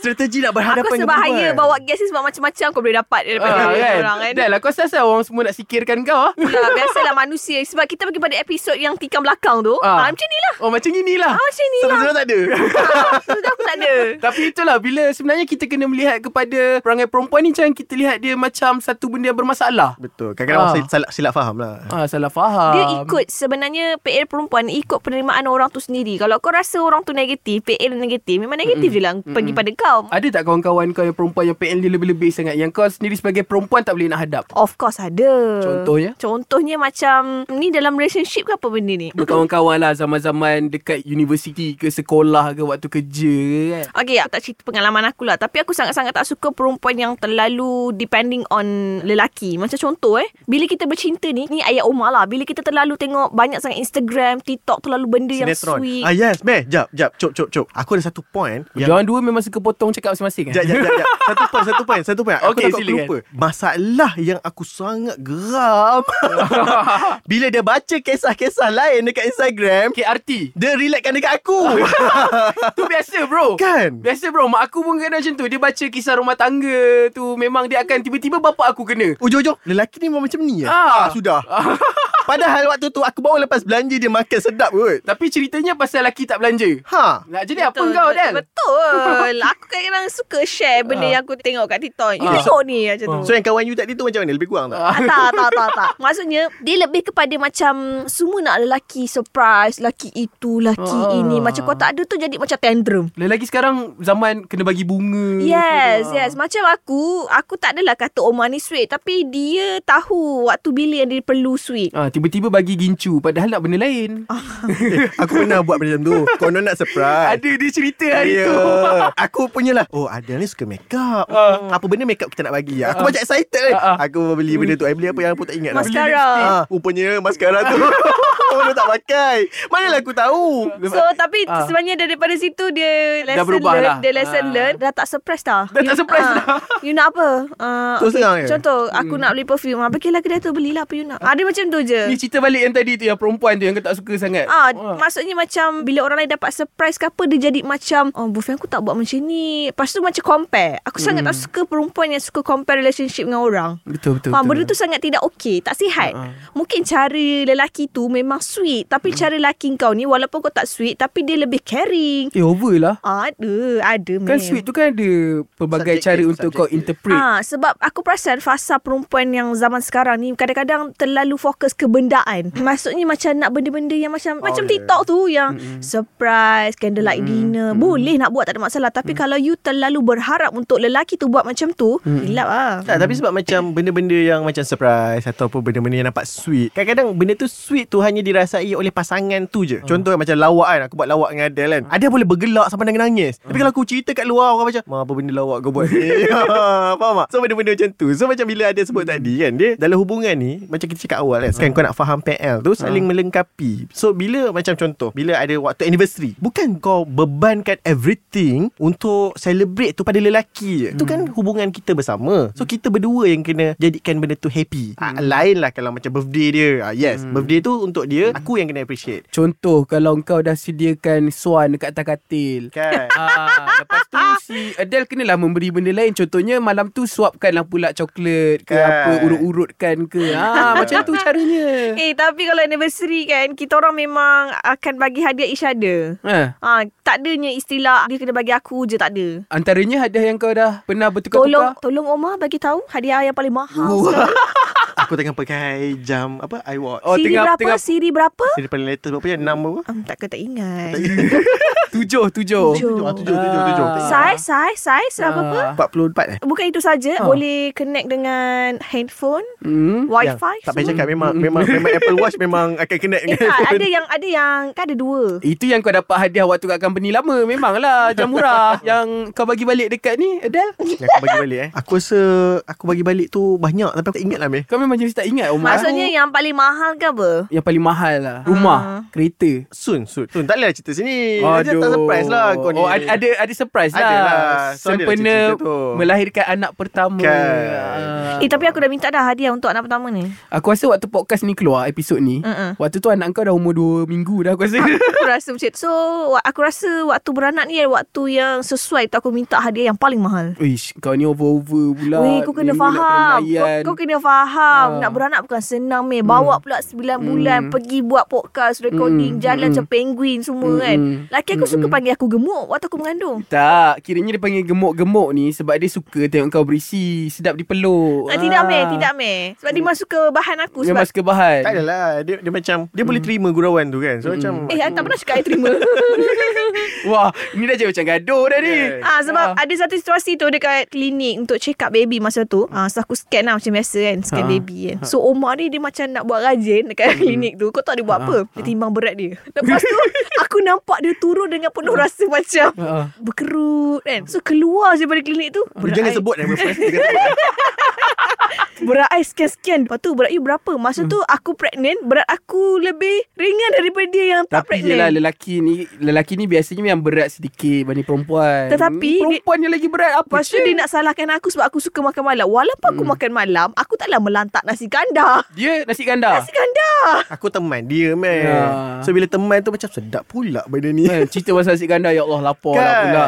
Strategi nak berhadapan
Aku rasa bahaya Bawa gas ni sebab macam-macam Kau boleh dapat Daripada
Ah,
uh,
kan?
orang kan
Adel aku rasa asal orang semua nak sikirkan kau ah.
Ya, biasalah manusia. Sebab kita pergi pada episod yang tikam belakang tu.
Ah.
Ah. macam ni lah.
Oh macam inilah.
Ah, macam ni lah.
Sebenarnya tak ada
Ah, Sudah aku tak ada.
Tapi itulah bila sebenarnya kita kena melihat kepada perangai perempuan ni jangan kita lihat dia macam satu benda yang bermasalah.
Betul Kadang-kadang
Ah.
orang silap, silap faham lah
Ah salah faham.
Dia ikut sebenarnya PL perempuan ikut penerimaan orang tu sendiri. Kalau kau rasa orang tu negatif, PL negatif, memang negatif je lah pergi pada kau.
Ada tak kawan-kawan kau yang perempuan yang PL dia lebih-lebih sangat yang kau sendiri sebagai perempuan tak boleh nak hadap?
Of course ada.
Contohnya?
Contohnya macam ni dalam relationship ke apa benda ni?
Berkawan-kawan lah zaman-zaman dekat universiti ke sekolah ke waktu kerja ke kan.
Okay, aku tak cerita pengalaman aku lah. Tapi aku sangat-sangat tak suka perempuan yang terlalu depending on lelaki. Macam contoh eh. Bila kita bercinta ni, ni ayat Omar lah. Bila kita terlalu tengok banyak sangat Instagram, TikTok, terlalu benda yang sweet.
Ah yes Beh Jap jap Cop cop cop Aku ada satu point
Yang... Diorang dua memang suka potong cakap masing-masing kan?
Ya. Jap, jap, jap, jap. Satu point, satu point, satu point. Aku
Okey,
takut aku
silakan.
lupa. Masalah yang aku sangat geram bila dia baca kisah-kisah lain dekat Instagram,
KRT
dia relatekan dekat aku.
Tu biasa bro
kan?
Biasa bro Mak aku pun kena macam tu Dia baca kisah rumah tangga tu Memang dia akan Tiba-tiba bapak aku kena
Ujung-ujung, lelaki ni memang macam ni ya?
Ah.
Ah, sudah. Padahal waktu tu aku baru lepas belanja dia makan sedap kot.
Tapi ceritanya pasal lelaki tak belanja
Ha.
Nak jadi apa kau Del?
Betul. aku kadang-kadang suka share benda yang aku tengok kat TikTok. You
Ah.
tengok ni macam tu.
So yang kawan you tadi tu macam mana? Lebih kurang tak?
Ah, tak, tak, tak, tak. Maksudnya, dia lebih kepada macam semua nak lelaki surprise, lelaki itu, lelaki
Ah.
ini. Macam kau tak ada tu jadi macam tantrum.
Lelaki sekarang zaman kena bagi bunga
Yes,
semua.
yes. Macam aku, aku tak adalah kata Omar ni sweet. Tapi dia tahu waktu bila yang dia perlu sweet.
Ah, tiba-tiba bagi gincu Padahal nak benda lain
Ah.
Eh, aku pernah buat benda macam tu. Konon nak surprise.
Ah, Ada dia cerita hari
Ya
tu
Aku punya lah Oh Adel ni suka make up uh. Apa benda make up kita nak bagi Aku uh. macam excited kan
Ah, ah.
uh. Aku beli benda tu I beli apa yang aku tak ingat lah
Mascara.
Ah, Rupanya mascara tu Orang dah tak pakai Manalah aku tahu
So, tapi
Ah.
sebenarnya daripada situ dia lesson
berubah
learn.
lah.
Dia lesson
Ah.
learn. Dah tak surprise dah.
Dah tak surprise
ah,
dah.
You nak apa? Uh,
Terus terang je?
Contoh, aku nak beli perfume. Ah, Pergilah kedai tu, belilah apa you nak. Ada macam tu je.
Hmm. Ni cerita balik yang tadi tu Yang perempuan tu Yang kau tak suka sangat
Ah, maksudnya macam bila orang lain dapat surprise ke apa dia jadi macam oh boyfriend aku tak buat macam ni. Lepas tu macam compare. Aku
Hmm.
sangat tak suka perempuan yang suka compare relationship dengan orang.
Betul betul.
Faham Ah,
betul.
benda tu sangat tidak okey Tak sihat
Ha, ha.
uh-huh. Mungkin cara lelaki tu Memang sweet Tapi
Hmm.
cara lelaki kau ni Walaupun kau tak sweet Tapi dia lebih caring
Eh over lah
Ada Ada
Kan
ma'am.
sweet tu kan ada Pelbagai
Subjektif,
cara untuk kau
subjektif.
interpret
Ah, sebab aku perasan fasa perempuan yang zaman sekarang ni kadang-kadang terlalu fokus ke bendaan. Maksudnya macam nak benda-benda yang macam Hmm. oh, macam
yeah.
TikTok tu yang surprise, candlelight dinner. Boleh nak buat tak ada masalah, tapi kalau you terlalu berharap untuk lelaki tu buat macam tu, gelap ah.
tak, tapi sebab macam benda-benda yang macam surprise Ataupun benda-benda yang nampak sweet Kadang-kadang benda tu sweet tu hanya dirasai oleh pasangan tu je Contoh macam lawak kan Aku buat lawak dengan Adel kan Adel boleh bergelak sampai nangis-nangis Tapi kalau aku cerita kat luar orang macam Ma apa benda lawak kau buat ni Faham tak? So benda-benda macam tu So macam bila Adel sebut tadi kan Dia dalam hubungan ni Macam kita cakap awal kan Sekarang kau nak faham PL tu Saling melengkapi So bila macam contoh Bila ada waktu anniversary Bukan kau bebankan everything Untuk celebrate tu pada lelaki je Tu kan hubungan kita bersama So kita berdua yang kena Jadikan benda tu happy ah, Lain lah kalau macam birthday dia ah, Yes Birthday tu untuk dia Aku yang kena appreciate
Contoh kalau kau dah sediakan suan dekat atas katil.
Kan
Ah, lepas tu si Adele kenalah memberi benda lain Contohnya malam tu suapkanlah pula coklat ke
Kan.
apa urut-urutkan ke ah, Macam tu caranya
Eh tapi kalau anniversary kan Kita orang memang akan bagi hadiah each other
ha,
ha, Tak adanya istilah Dia kena bagi aku je tak ada
Antaranya hadiah yang kau dah pernah
Tolong
bertukar-tukar
tolong Omar bagi tahu Hadiah yang paling mahal sekali.
Aku tengah pakai jam Apa I watch
Oh,
Siri
tengah-
berapa?
tengah-
Siri berapa?
Siri paling latest berapa je 6 berapa
Um, tak ke tak ingat
Tujuh, tujuh
Tujuh.
Ah, Tujuh tujuh tujuh
Saiz, saiz, saiz
Oh. Ah.
Apa-apa
44 eh
Bukan itu saja
Ah.
Boleh connect dengan Handphone
hmm.
Yang
Wi-Fi
Ya, Tak payah
semua.
cakap Memang memang, memang Apple Watch Memang akan connect
Eh
dengan
tak
iPhone.
Ada yang Ada yang Kan ada dua
Itu yang kau dapat hadiah waktu kat company lama Memanglah jam murah Yang kau bagi balik dekat ni Adele
Yang aku bagi balik eh Aku rasa Aku bagi balik tu banyak Tapi aku tak ingat lah meh
Kau memang jenis tak ingat Omar
Maksudnya Ah. yang paling mahal ke apa?
Yang paling mahal lah Rumah Kereta
Soon, soon, soon. Tak boleh cerita sini. Aduh. tak surprise lah kau ni.
Oh ada ada, ada surprise
Ada
lah
lah. So, ada lah
Sempena
cerita-cerita tu.
melahirkan anak pertama.
Kan.
Ah.
Eh tapi aku dah minta dah hadiah untuk anak pertama ni.
Aku rasa waktu podcast ni keluar Episod ni
Mm-mm.
Waktu tu anak kau dah umur 2 minggu dah aku rasa
Aku rasa macam tu. So wa- aku rasa waktu beranak ni adalah waktu yang sesuai tu aku minta hadiah yang paling mahal.
Ish kau ni over-over pula
Weh kau kena
Minggu nak
faham
kena layan.
kau, kau kena faham
Ah. Hmm.
Nak beranak bukan senang meh Bawa pula 9 bulan Pergi buat podcast Recording
Mm.
Jalan
Mm.
macam penguin semua kan
Mm.
Laki aku suka panggil aku gemuk Waktu aku mengandung
tak, kiranya dia panggil gemuk-gemuk ni sebab dia suka tengok kau berisi, sedap dipeluk.
ah, Tidak meh Tidak meh Sebab dia masuk ke bahan aku
Dia
Sebab
masuk ke bahan.
Tak adalah Dia, dia macam Dia
Hmm.
boleh terima gurauan tu kan So macam
Eh aku tak pernah cakap I terima
Wah, ni dah jadi macam gaduh dah ni.
Yeah.
Ah sebab ada satu situasi tu dekat klinik untuk check up baby masa tu. Ah so aku scan lah macam biasa kan, scan
Ha.
baby kan. So Omar ni dia macam nak buat rajin dekat klinik tu. Kau tak dia buat apa? Dia timbang berat dia. Lepas tu aku nampak dia turun dengan penuh rasa macam
Ha.
berkerut kan. So keluar je daripada klinik tu.
Dia
Berat
jangan
I-
sebut nama friends Dia kata,
Berat I sekian-sekian. Lepas tu berat you berapa? Masa tu aku pregnant, berat aku lebih ringan daripada dia yang tak
Tapi
pregnant.
jelah lelaki ni Lelaki ni biasanya yang berat sedikit Banding perempuan
Tetapi
Hmm, Perempuan yang lagi berat apa
Lepas tu dia nak salahkan aku sebab aku suka makan malam. Walaupun aku makan malam, aku taklah melantak nasi kandar.
Dia nasi ganda
Nasi kandar.
Aku teman dia man
Ya.
So bila teman tu macam Sedap pula benda ni
Eh, Cerita pasal nasi ganda Ya Allah lapar lah
Kan.
pula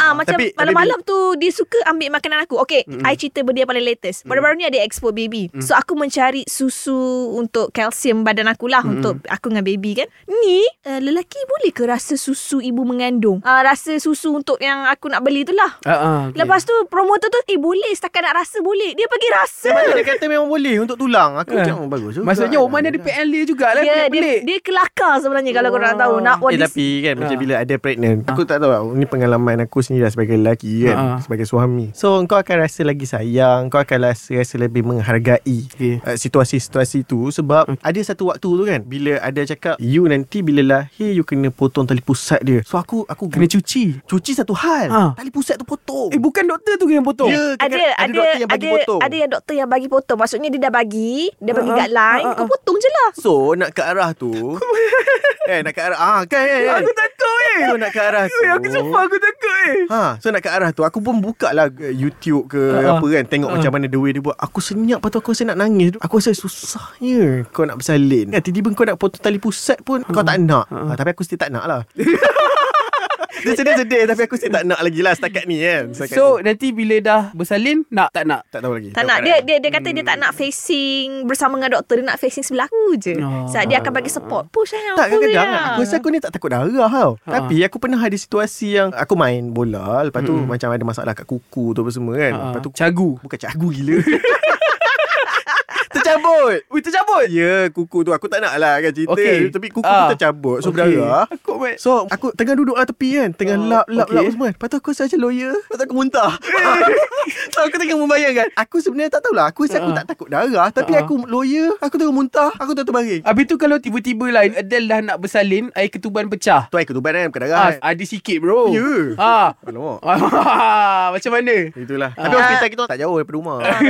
Ah, macam
Tapi-
malam-malam tu dia suka ambil makanan aku. Okay, I cerita benda yang paling latest. Baru-baru ni ada expo baby. So aku mencari susu untuk kalsium badan aku lah untuk aku dengan baby kan. Ni uh, lelaki boleh ke rasa susu ibu mengandung? Uh, rasa susu untuk yang aku nak beli tu lah.
Ah, ah, okay.
Lepas tu promotor tu eh boleh setakat nak rasa boleh. Dia pergi rasa.
Dia kata memang boleh Untuk tulang Aku
Eh.
macam oh, Bagus juga
Maksudnya Oman ni ada PL dia jugalah
Dia, Ya, dia,
pelik-pelik.
dia kelakar sebenarnya kalau korang tahu. Nak,
eh,
this-
tapi kan ha. macam
Ah.
bila ada pregnant Aku tak tahu lah Ni pengalaman aku sendiri lah Sebagai lelaki kan
Ah.
Sebagai suami So kau akan rasa lagi sayang Kau akan rasa, rasa lebih menghargai
Okey.
uh, Situasi-situasi tu Sebab ada satu waktu tu kan Bila ada cakap You nanti bila lahir You kena potong tali pusat dia So aku aku
Kena cuci
cuci satu hal
Ah.
Tali pusat tu potong
Eh bukan doktor tu yang potong
Ya,
ada
kadang-
ada ada
doktor yang bagi
ada,
potong
ada yang doktor yang bagi potong maksudnya dia dah bagi dia bagi
Ah, ah,
guideline
ah, ah,
kau
ah.
potong je lah
So nak ke arah tu Eh nak ke arah ah, kan, kan, kan.
Aku takut eh
So nak ke arah tu
Eh, Aku sumpah aku takut eh
Ha, so nak ke arah tu Aku pun buka lah eh, YouTube ke
Ah,
uh, apa kan Tengok
ah.
uh. macam mana the way dia buat Aku senyap Lepas tu aku rasa nak nangis Aku rasa susahnya Kau nak bersalin kan, Tiba-tiba kau nak potong tali pusat pun Kau tak nak uh. Tapi aku still tak nak lah Dia sedih-sedih Tapi aku still tak nak lagi lah Setakat ni kan Setakat
So
ni.
nanti bila dah bersalin Nak tak nak
Tak tahu lagi
tak nak dia dia dia kata dia
Hmm.
tak nak facing bersama dengan doktor dia nak facing sebelah aku je
Ah.
sebab dia akan bagi support push sayang
Ya. Tak
push
kadang-kadang
sayang.
Aku rasa aku ni tak takut darah tau Tapi aku pernah ada situasi yang Aku main bola Lepas tu macam ada masalah kat kuku tu apa semua kan
Ah,
Lepas tu
Cagu
Bukan cagu gila Tercabut
Ui tercabut
Ya kuku tu Aku tak nak lah kan cerita
Okey.
okay. Tapi kuku tu
Ah.
tercabut So
Okey.
okay. berdarah
Aku baik
So aku tengah duduk lah tepi kan Tengah
Ah,
lap lap
okey.
lap semua kan. Lepas tu aku rasa macam lawyer Lepas tu aku muntah So aku tengah membayangkan Aku sebenarnya tak tahulah Aku rasa aku
Ah.
tak takut darah Tapi
Ah.
aku lawyer Aku tengah muntah Aku tengah terbaring
Habis tu kalau tiba-tiba lah Adele dah nak bersalin Air ketuban pecah
Tu air ketuban kan Bukan darah
ah,
kan
Ada sikit bro
Ya.
ah.
Alamak
Macam mana
Itulah Tapi hospital kita tak jauh daripada rumah
Ah,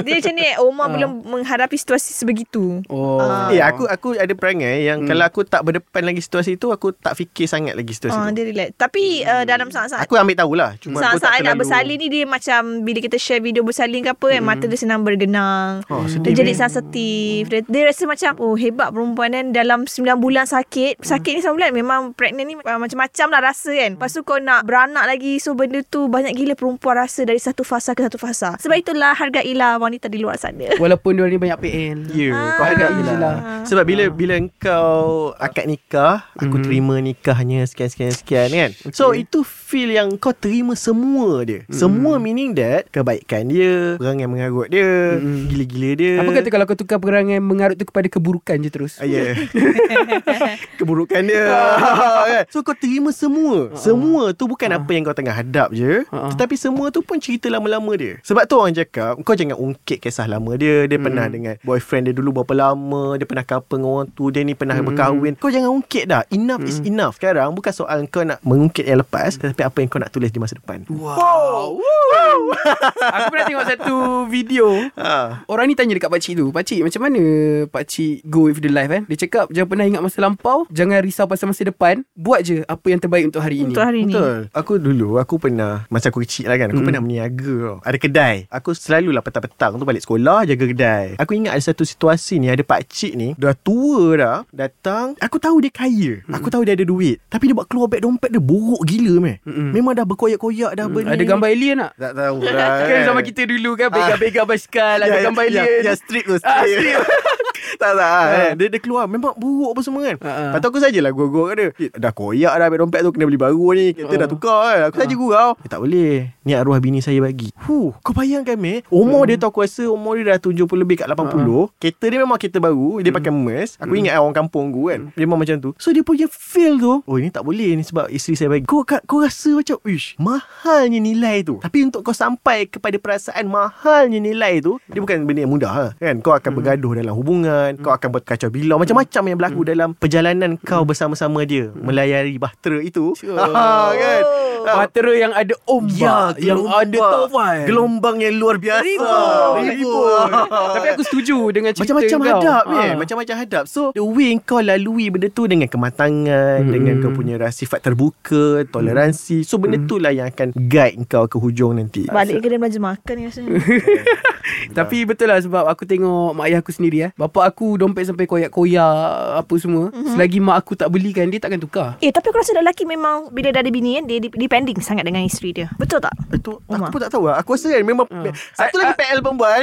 dia macam ni eh, Omar
Ha.
belum menghadapi situasi sebegitu
Oh
Eh aku aku ada perangai yang hmm. kalau aku tak berdepan lagi situasi tu aku tak fikir sangat lagi situasi
ah,
tu.
dia relax tapi uh, dalam saat-saat
Aku ambil tahulah cuma aku tak
saat-saat nak
terlalu
bersalin ni dia macam bila kita share video bersalin ke apa kan mata dia senang bergenang
Hmm. Oh, sedih,
dia jadi
man.
sensitif dia, dia rasa macam oh hebat perempuan kan dalam 9 bulan sakit
Hmm.
sakit ni 9 bulan memang pregnant ni uh, macam-macam lah rasa kan lepas tu kau nak beranak lagi so benda tu banyak gila perempuan rasa dari satu fasa ke satu fasa sebab itulah hargailah wanita di luar sana
Oh,
Walaupun dia ni banyak PL
Ya, yeah, kau
Ah.
hargai je lah. Sebab bila bila engkau akad nikah, aku
Hmm.
mm-hmm. terima nikahnya sekian-sekian-sekian kan. So itu feel yang kau terima semua dia.
Hmm.
Mm-hmm. Semua meaning that kebaikan dia, perangai mengarut dia, mm-hmm. gila-gila dia.
Hmm. Apa kata kalau kau tukar perangai Mengarut tu kepada keburukan je terus
Ah, yeah. Keburukan dia kan? So kau terima semua Semua tu bukan apa yang kau tengah hadap je
Ah.
Tetapi semua tu pun cerita lama-lama dia Sebab tu orang cakap Kau jangan ungkit kisah lama dia Dia pernah dengan boyfriend dia dulu berapa lama, dia pernah couple dengan orang tu, dia ni pernah berkahwin. Kau jangan ungkit dah. Enough is enough. Sekarang bukan soal kau nak mengungkit yang lepas, tetapi apa yang kau nak tulis di masa depan.
Hmm. Wow. wow. Aku pernah tengok satu video.
Ha.
Orang ni tanya dekat pakcik tu Pakcik macam mana Pakcik go with the life kan Dia cakap Jangan pernah ingat masa lampau Jangan risau pasal masa depan Buat je Apa yang terbaik untuk hari Hmm.
Untuk
ini
hari ni
Betul. Aku dulu aku pernah masa aku kecil lah kan, aku pernah meniaga tau. Ada kedai. Aku selalulah petang-petang tu balik sekolah jaga kedai. Aku ingat ada satu situasi ni ada pak cik ni dah tua dah datang. Aku tahu dia kaya.
Hmm.
Aku tahu dia ada duit. Tapi dia buat keluar beg dompet dia borok gila meh. Memang dah berkoyak-koyak dah benda.
Hmm. Ada
ni.
gambar alien tak
tak tahu lah.
Kan zaman kita dulu kan Begal-begal basikal Ada gambar
Ah. ya,
alien
ya, strip tu
Ah,
strip.
strip.
tak tak kan. Dia, dia keluar Memang buruk apa semua kan
Ha, ha.
Lepas tu aku sajalah Gurau-gurau kat dia eh, Dah koyak dah Ambil dompet tu Kena beli baru ni Kita dah tukar kan Aku saja gurau eh, Tak boleh Ni arwah bini saya bagi Hmm. Huh Kau bayangkan meh Umur dia tu aku rasa Umur dia dah 70 lebih kat 80 Kereta dia memang kereta baru Dia pakai mes Aku ingat orang kampung aku kan Dia memang macam tu So dia punya feel tu Oh ini tak boleh ni Sebab isteri saya bagi Kau, kat- kau rasa macam Uish Mahalnya nilai tu Tapi untuk kau sampai Kepada perasaan mahalnya nilai tu Dia bukan benda yang mudah lah, kan Kau
Hmm.
akan bergaduh dalam hubungan Kau akan buat kacau bilau Macam-macam yang
Hmm.
berlaku dalam Perjalanan kau bersama-sama dia Melayari bahtera itu
Sure.
Kan Ah,
Bahtera yang ada
Ya,
ombak Yang
gelombang.
ada tovan
Gelombang yang luar biasa
Ribut Ribut Tapi aku setuju Dengan cerita
macam-macam
kau
hadap
Ah.
eh. Macam-macam hadap So the way kau lalui benda tu Dengan kematangan hmm. Dengan kau punya ras- sifat terbuka Toleransi So benda tu lah yang akan Guide kau ke hujung nanti
Balik ke dia belanja makan ni rasanya
Tapi betul lah sebab aku tengok mak ayah aku sendiri eh. Bapa aku dompet sampai koyak-koyak apa semua.
Mhm.
Mm-hmm. Selagi mak aku tak belikan dia takkan tukar.
Eh tapi aku rasa lelaki memang Bila dah ada bini kan Dia de- depending sangat dengan isteri dia Betul tak?
itu
Umar.
aku pun tak tahu lah. Aku rasa kan memang
Hmm.
satu lagi PL perempuan.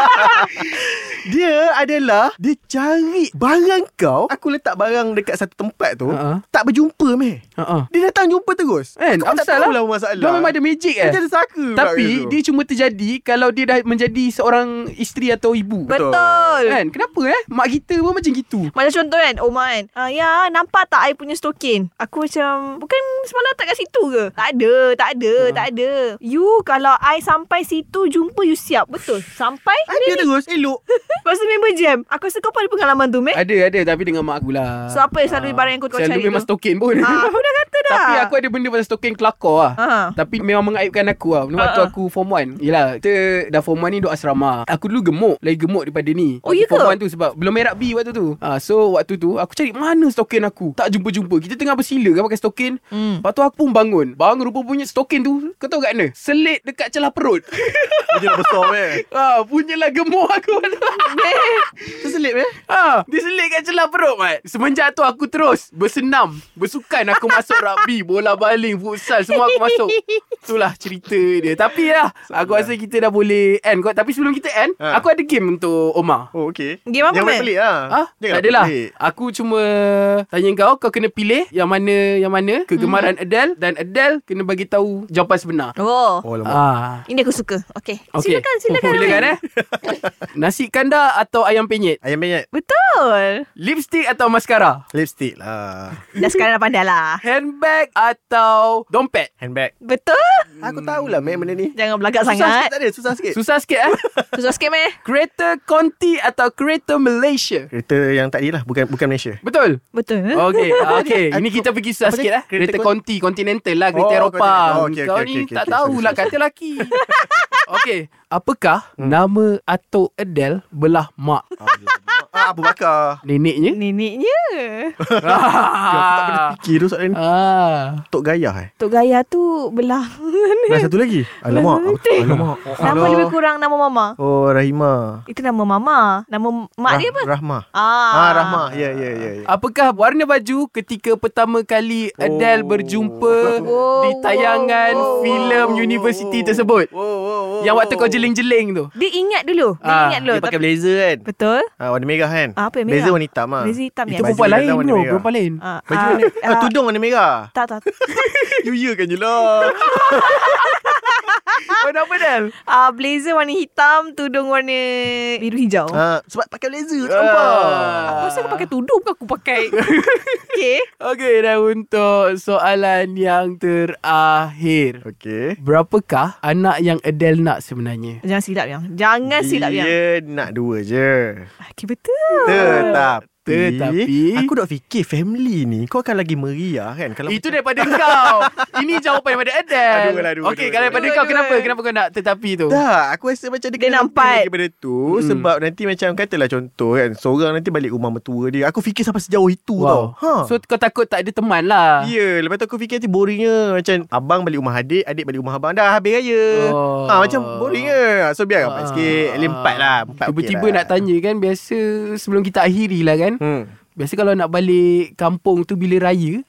dia adalah dia cari barang kau. Aku letak barang dekat satu tempat tu,
Ha-ha.
tak berjumpa meh.
Ha-ha.
Dia datang jumpa terus.
Kan?
Aku tak
Amsal
tahu
lah.
lah masalah.
Dia memang ada magic eh.
Dia ada saka pula
Tapi
lah,
kat situ.
dia cuma terjadi kalau dia dah menjadi seorang isteri atau ibu.
Betul,
Kan? Kenapa eh? Mak kita pun macam gitu.
Macam contoh kan Omar kan uh, Ya nampak tak I punya stokin Aku macam Bukan semalam tak kat situ ke Tak ada Tak ada
Hmm.
Tak ada You kalau I sampai situ Jumpa you siap Betul Sampai
ada
lah.
terus elok.
Lepas tu member jam Aku rasa kau pun ada pengalaman tu Mac
Ada ada tapi dengan mak aku lah.
Eh? So apa yang selalu barang yang kau- kau
Selalu
cari
memang
tu?
stokin pun.
Ah, Aku dah kata dah
Tapi aku ada benda pasal stoking kelakar lah
Ha.
Tapi memang mengaibkan aku lah Waktu
Ha, ha.
aku form 1 Yelah Kita dah form 1 ni duduk asrama Aku dulu gemuk Lagi gemuk daripada ni
Oh, ya
Waktu
ke?
Form 1 tu sebab Belum merah B waktu tu ha, So waktu tu Aku cari mana stokin aku Tak jumpa-jumpa Kita tengah bersila kan pakai stokin
Hmm.
Lepas tu aku pun bangun Bangun rupa punya stokin tu Kau tahu kat mana? Selit dekat celah perut
Dia dah besar meh.
ha, Punyalah gemuk aku
Terselip meh.
Ha, dia selit kat celah perut, Mat. Semenjak tu aku terus bersenam, bersukan. Aku masuk rugby, bola baling, futsal, semua aku masuk. Itulah cerita dia. Tapi lah, aku rasa kita dah boleh end kot. Tapi sebelum kita end,
Ha.
aku ada game untuk Omar.
Oh okey.
Game apa,
Jangan
Mel?
pelik lah.
Ha?
Jangan
Tak adalah.
pelik.
Aku cuma tanya kau, kau kena pilih yang mana yang
Hmm.
mana kegemaran Adele dan Adele kena bagi tahu jawapan sebenar.
Oh
Oh lama.
Ah.
Ini aku suka Okay,
Okey.
Silakan silakan
Silakan eh. Nasi kandar atau ayam penyet?
Ayam penyet.
Betul
Lipstick atau maskara?
Lipstick lah.
Dah sekarang dah pandai lah
Handbag atau dompet?
Handbag.
Betul
Aku tahulah meh benda ni.
Jangan belagak
Susah sikit
Hmm. sangat
tak ada Susah sikit
Susah sikit eh
Susah sikit meh
Kereta Conti atau kereta Malaysia
Kereta yang tadi lah Bukan bukan Malaysia
Betul
Betul
Okay, ah, okay. Ini
Aku-
kita pergi susah
apa
sikit
dia?
eh
Kereta
Kereta Conti Continental lah Kereta
Oh,
Eropah
continental. Oh, okay,
Kau
okay,
ni
okay, okay,
tak
okay.
tahulah
Sorry, Hmm.
Kata lelaki Okay Apakah Nama Atok Adele Belah mak
ah, Abu Bakar
Neneknya
Neneknya
Aku tak pernah fikir tu soalan ni
Ah.
Tok Gaya eh
Tok Gaya tu belah
Dan satu lagi Alamak aku-
Betul.
Alamak
Nama lebih kurang nama mama
Oh Rahima
Itu nama mama Nama mak dia apa?
Rahma
Ah,
Ah Rahma Ya ya ya ya.
Apakah warna baju ketika pertama kali Adele
Oh.
berjumpa
Wow,
di tayangan
wow, wow,
filem University tersebut?
Oh. Wow, wow, wow,
Yang waktu kau
wow.
jeling-jeling tu.
Dia ingat dulu Dia
Ah,
ingat dulu
Dia pakai
tapi,
blazer kan
Betul
ah, Warna merah kan
Ah, apa yang
Blazer
merah?
warna hitam ah.
Blazer hitam,
Itu
yes.
Perempuan
baju
lain
dalam warna
bro
merah.
Perempuan lain
Ah,
Baju
ah,
warna ah,
ah,
Tudung warna merah
Tak tak
You ya kan je lah
Warna apa Del?
Ah, Blazer warna hitam Tudung warna biru hijau
ah, Sebab pakai blazer Tak
Ah.
nampak
Aku rasa aku pakai tudung Bukan aku pakai Okay.
Okey, dan untuk soalan yang terakhir.
Okay.
Berapakah anak yang Adele nak sebenarnya?
Jangan silap yang. Jangan silap yang.
Dia nak dua je.
Okay, betul.
Tetapi,
Tetapi-
aku dok fikir family ni kau akan lagi meriah kan kalau
Itu daripada kau. Ini jawapan daripada Adele.
Aduh, aduh, aduh.
Okey, kalau daripada
Aduh,
kau
aduh.
kenapa? Kenapa kau nak tetapi tu?
Dah, aku rasa macam dia,
Dia
kena lebih
nampak.
daripada tu hmm. sebab nanti macam katalah contoh kan, seorang nanti balik rumah mertua dia. Aku fikir sampai sejauh itu
Wow.
wow. tau. Ha.
So kau takut tak ada teman lah.
Ya, yeah, lepas tu aku fikir nanti boringnya macam abang balik rumah adik, adik balik rumah abang dah habis raya.
Oh.
Oh. Ha macam boring ke. So biar
Ah.
rapat sikit, At least empat lah, empat
Tiba-tiba
okey lah.
nak tanya kan Biasa sebelum kita akhiri lah kan hmm.
Hmm.
Biasa kalau nak balik kampung tu bila raya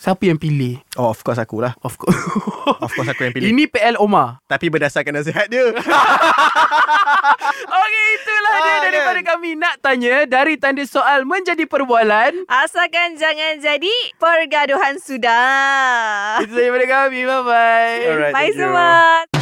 Siapa yang pilih?
Oh, of course aku lah.
Of course
Of course aku yang pilih.
Ini PL Omar
Tapi berdasarkan nasihat dia.
Okey itulah dia
Ah, kan?
daripada kami Nak tanya dari tanda soal menjadi perbualan
Asalkan jangan jadi pergaduhan sudah.
Itu saja daripada kami Bye-bye
Alright,
Bye
thank you.
semua.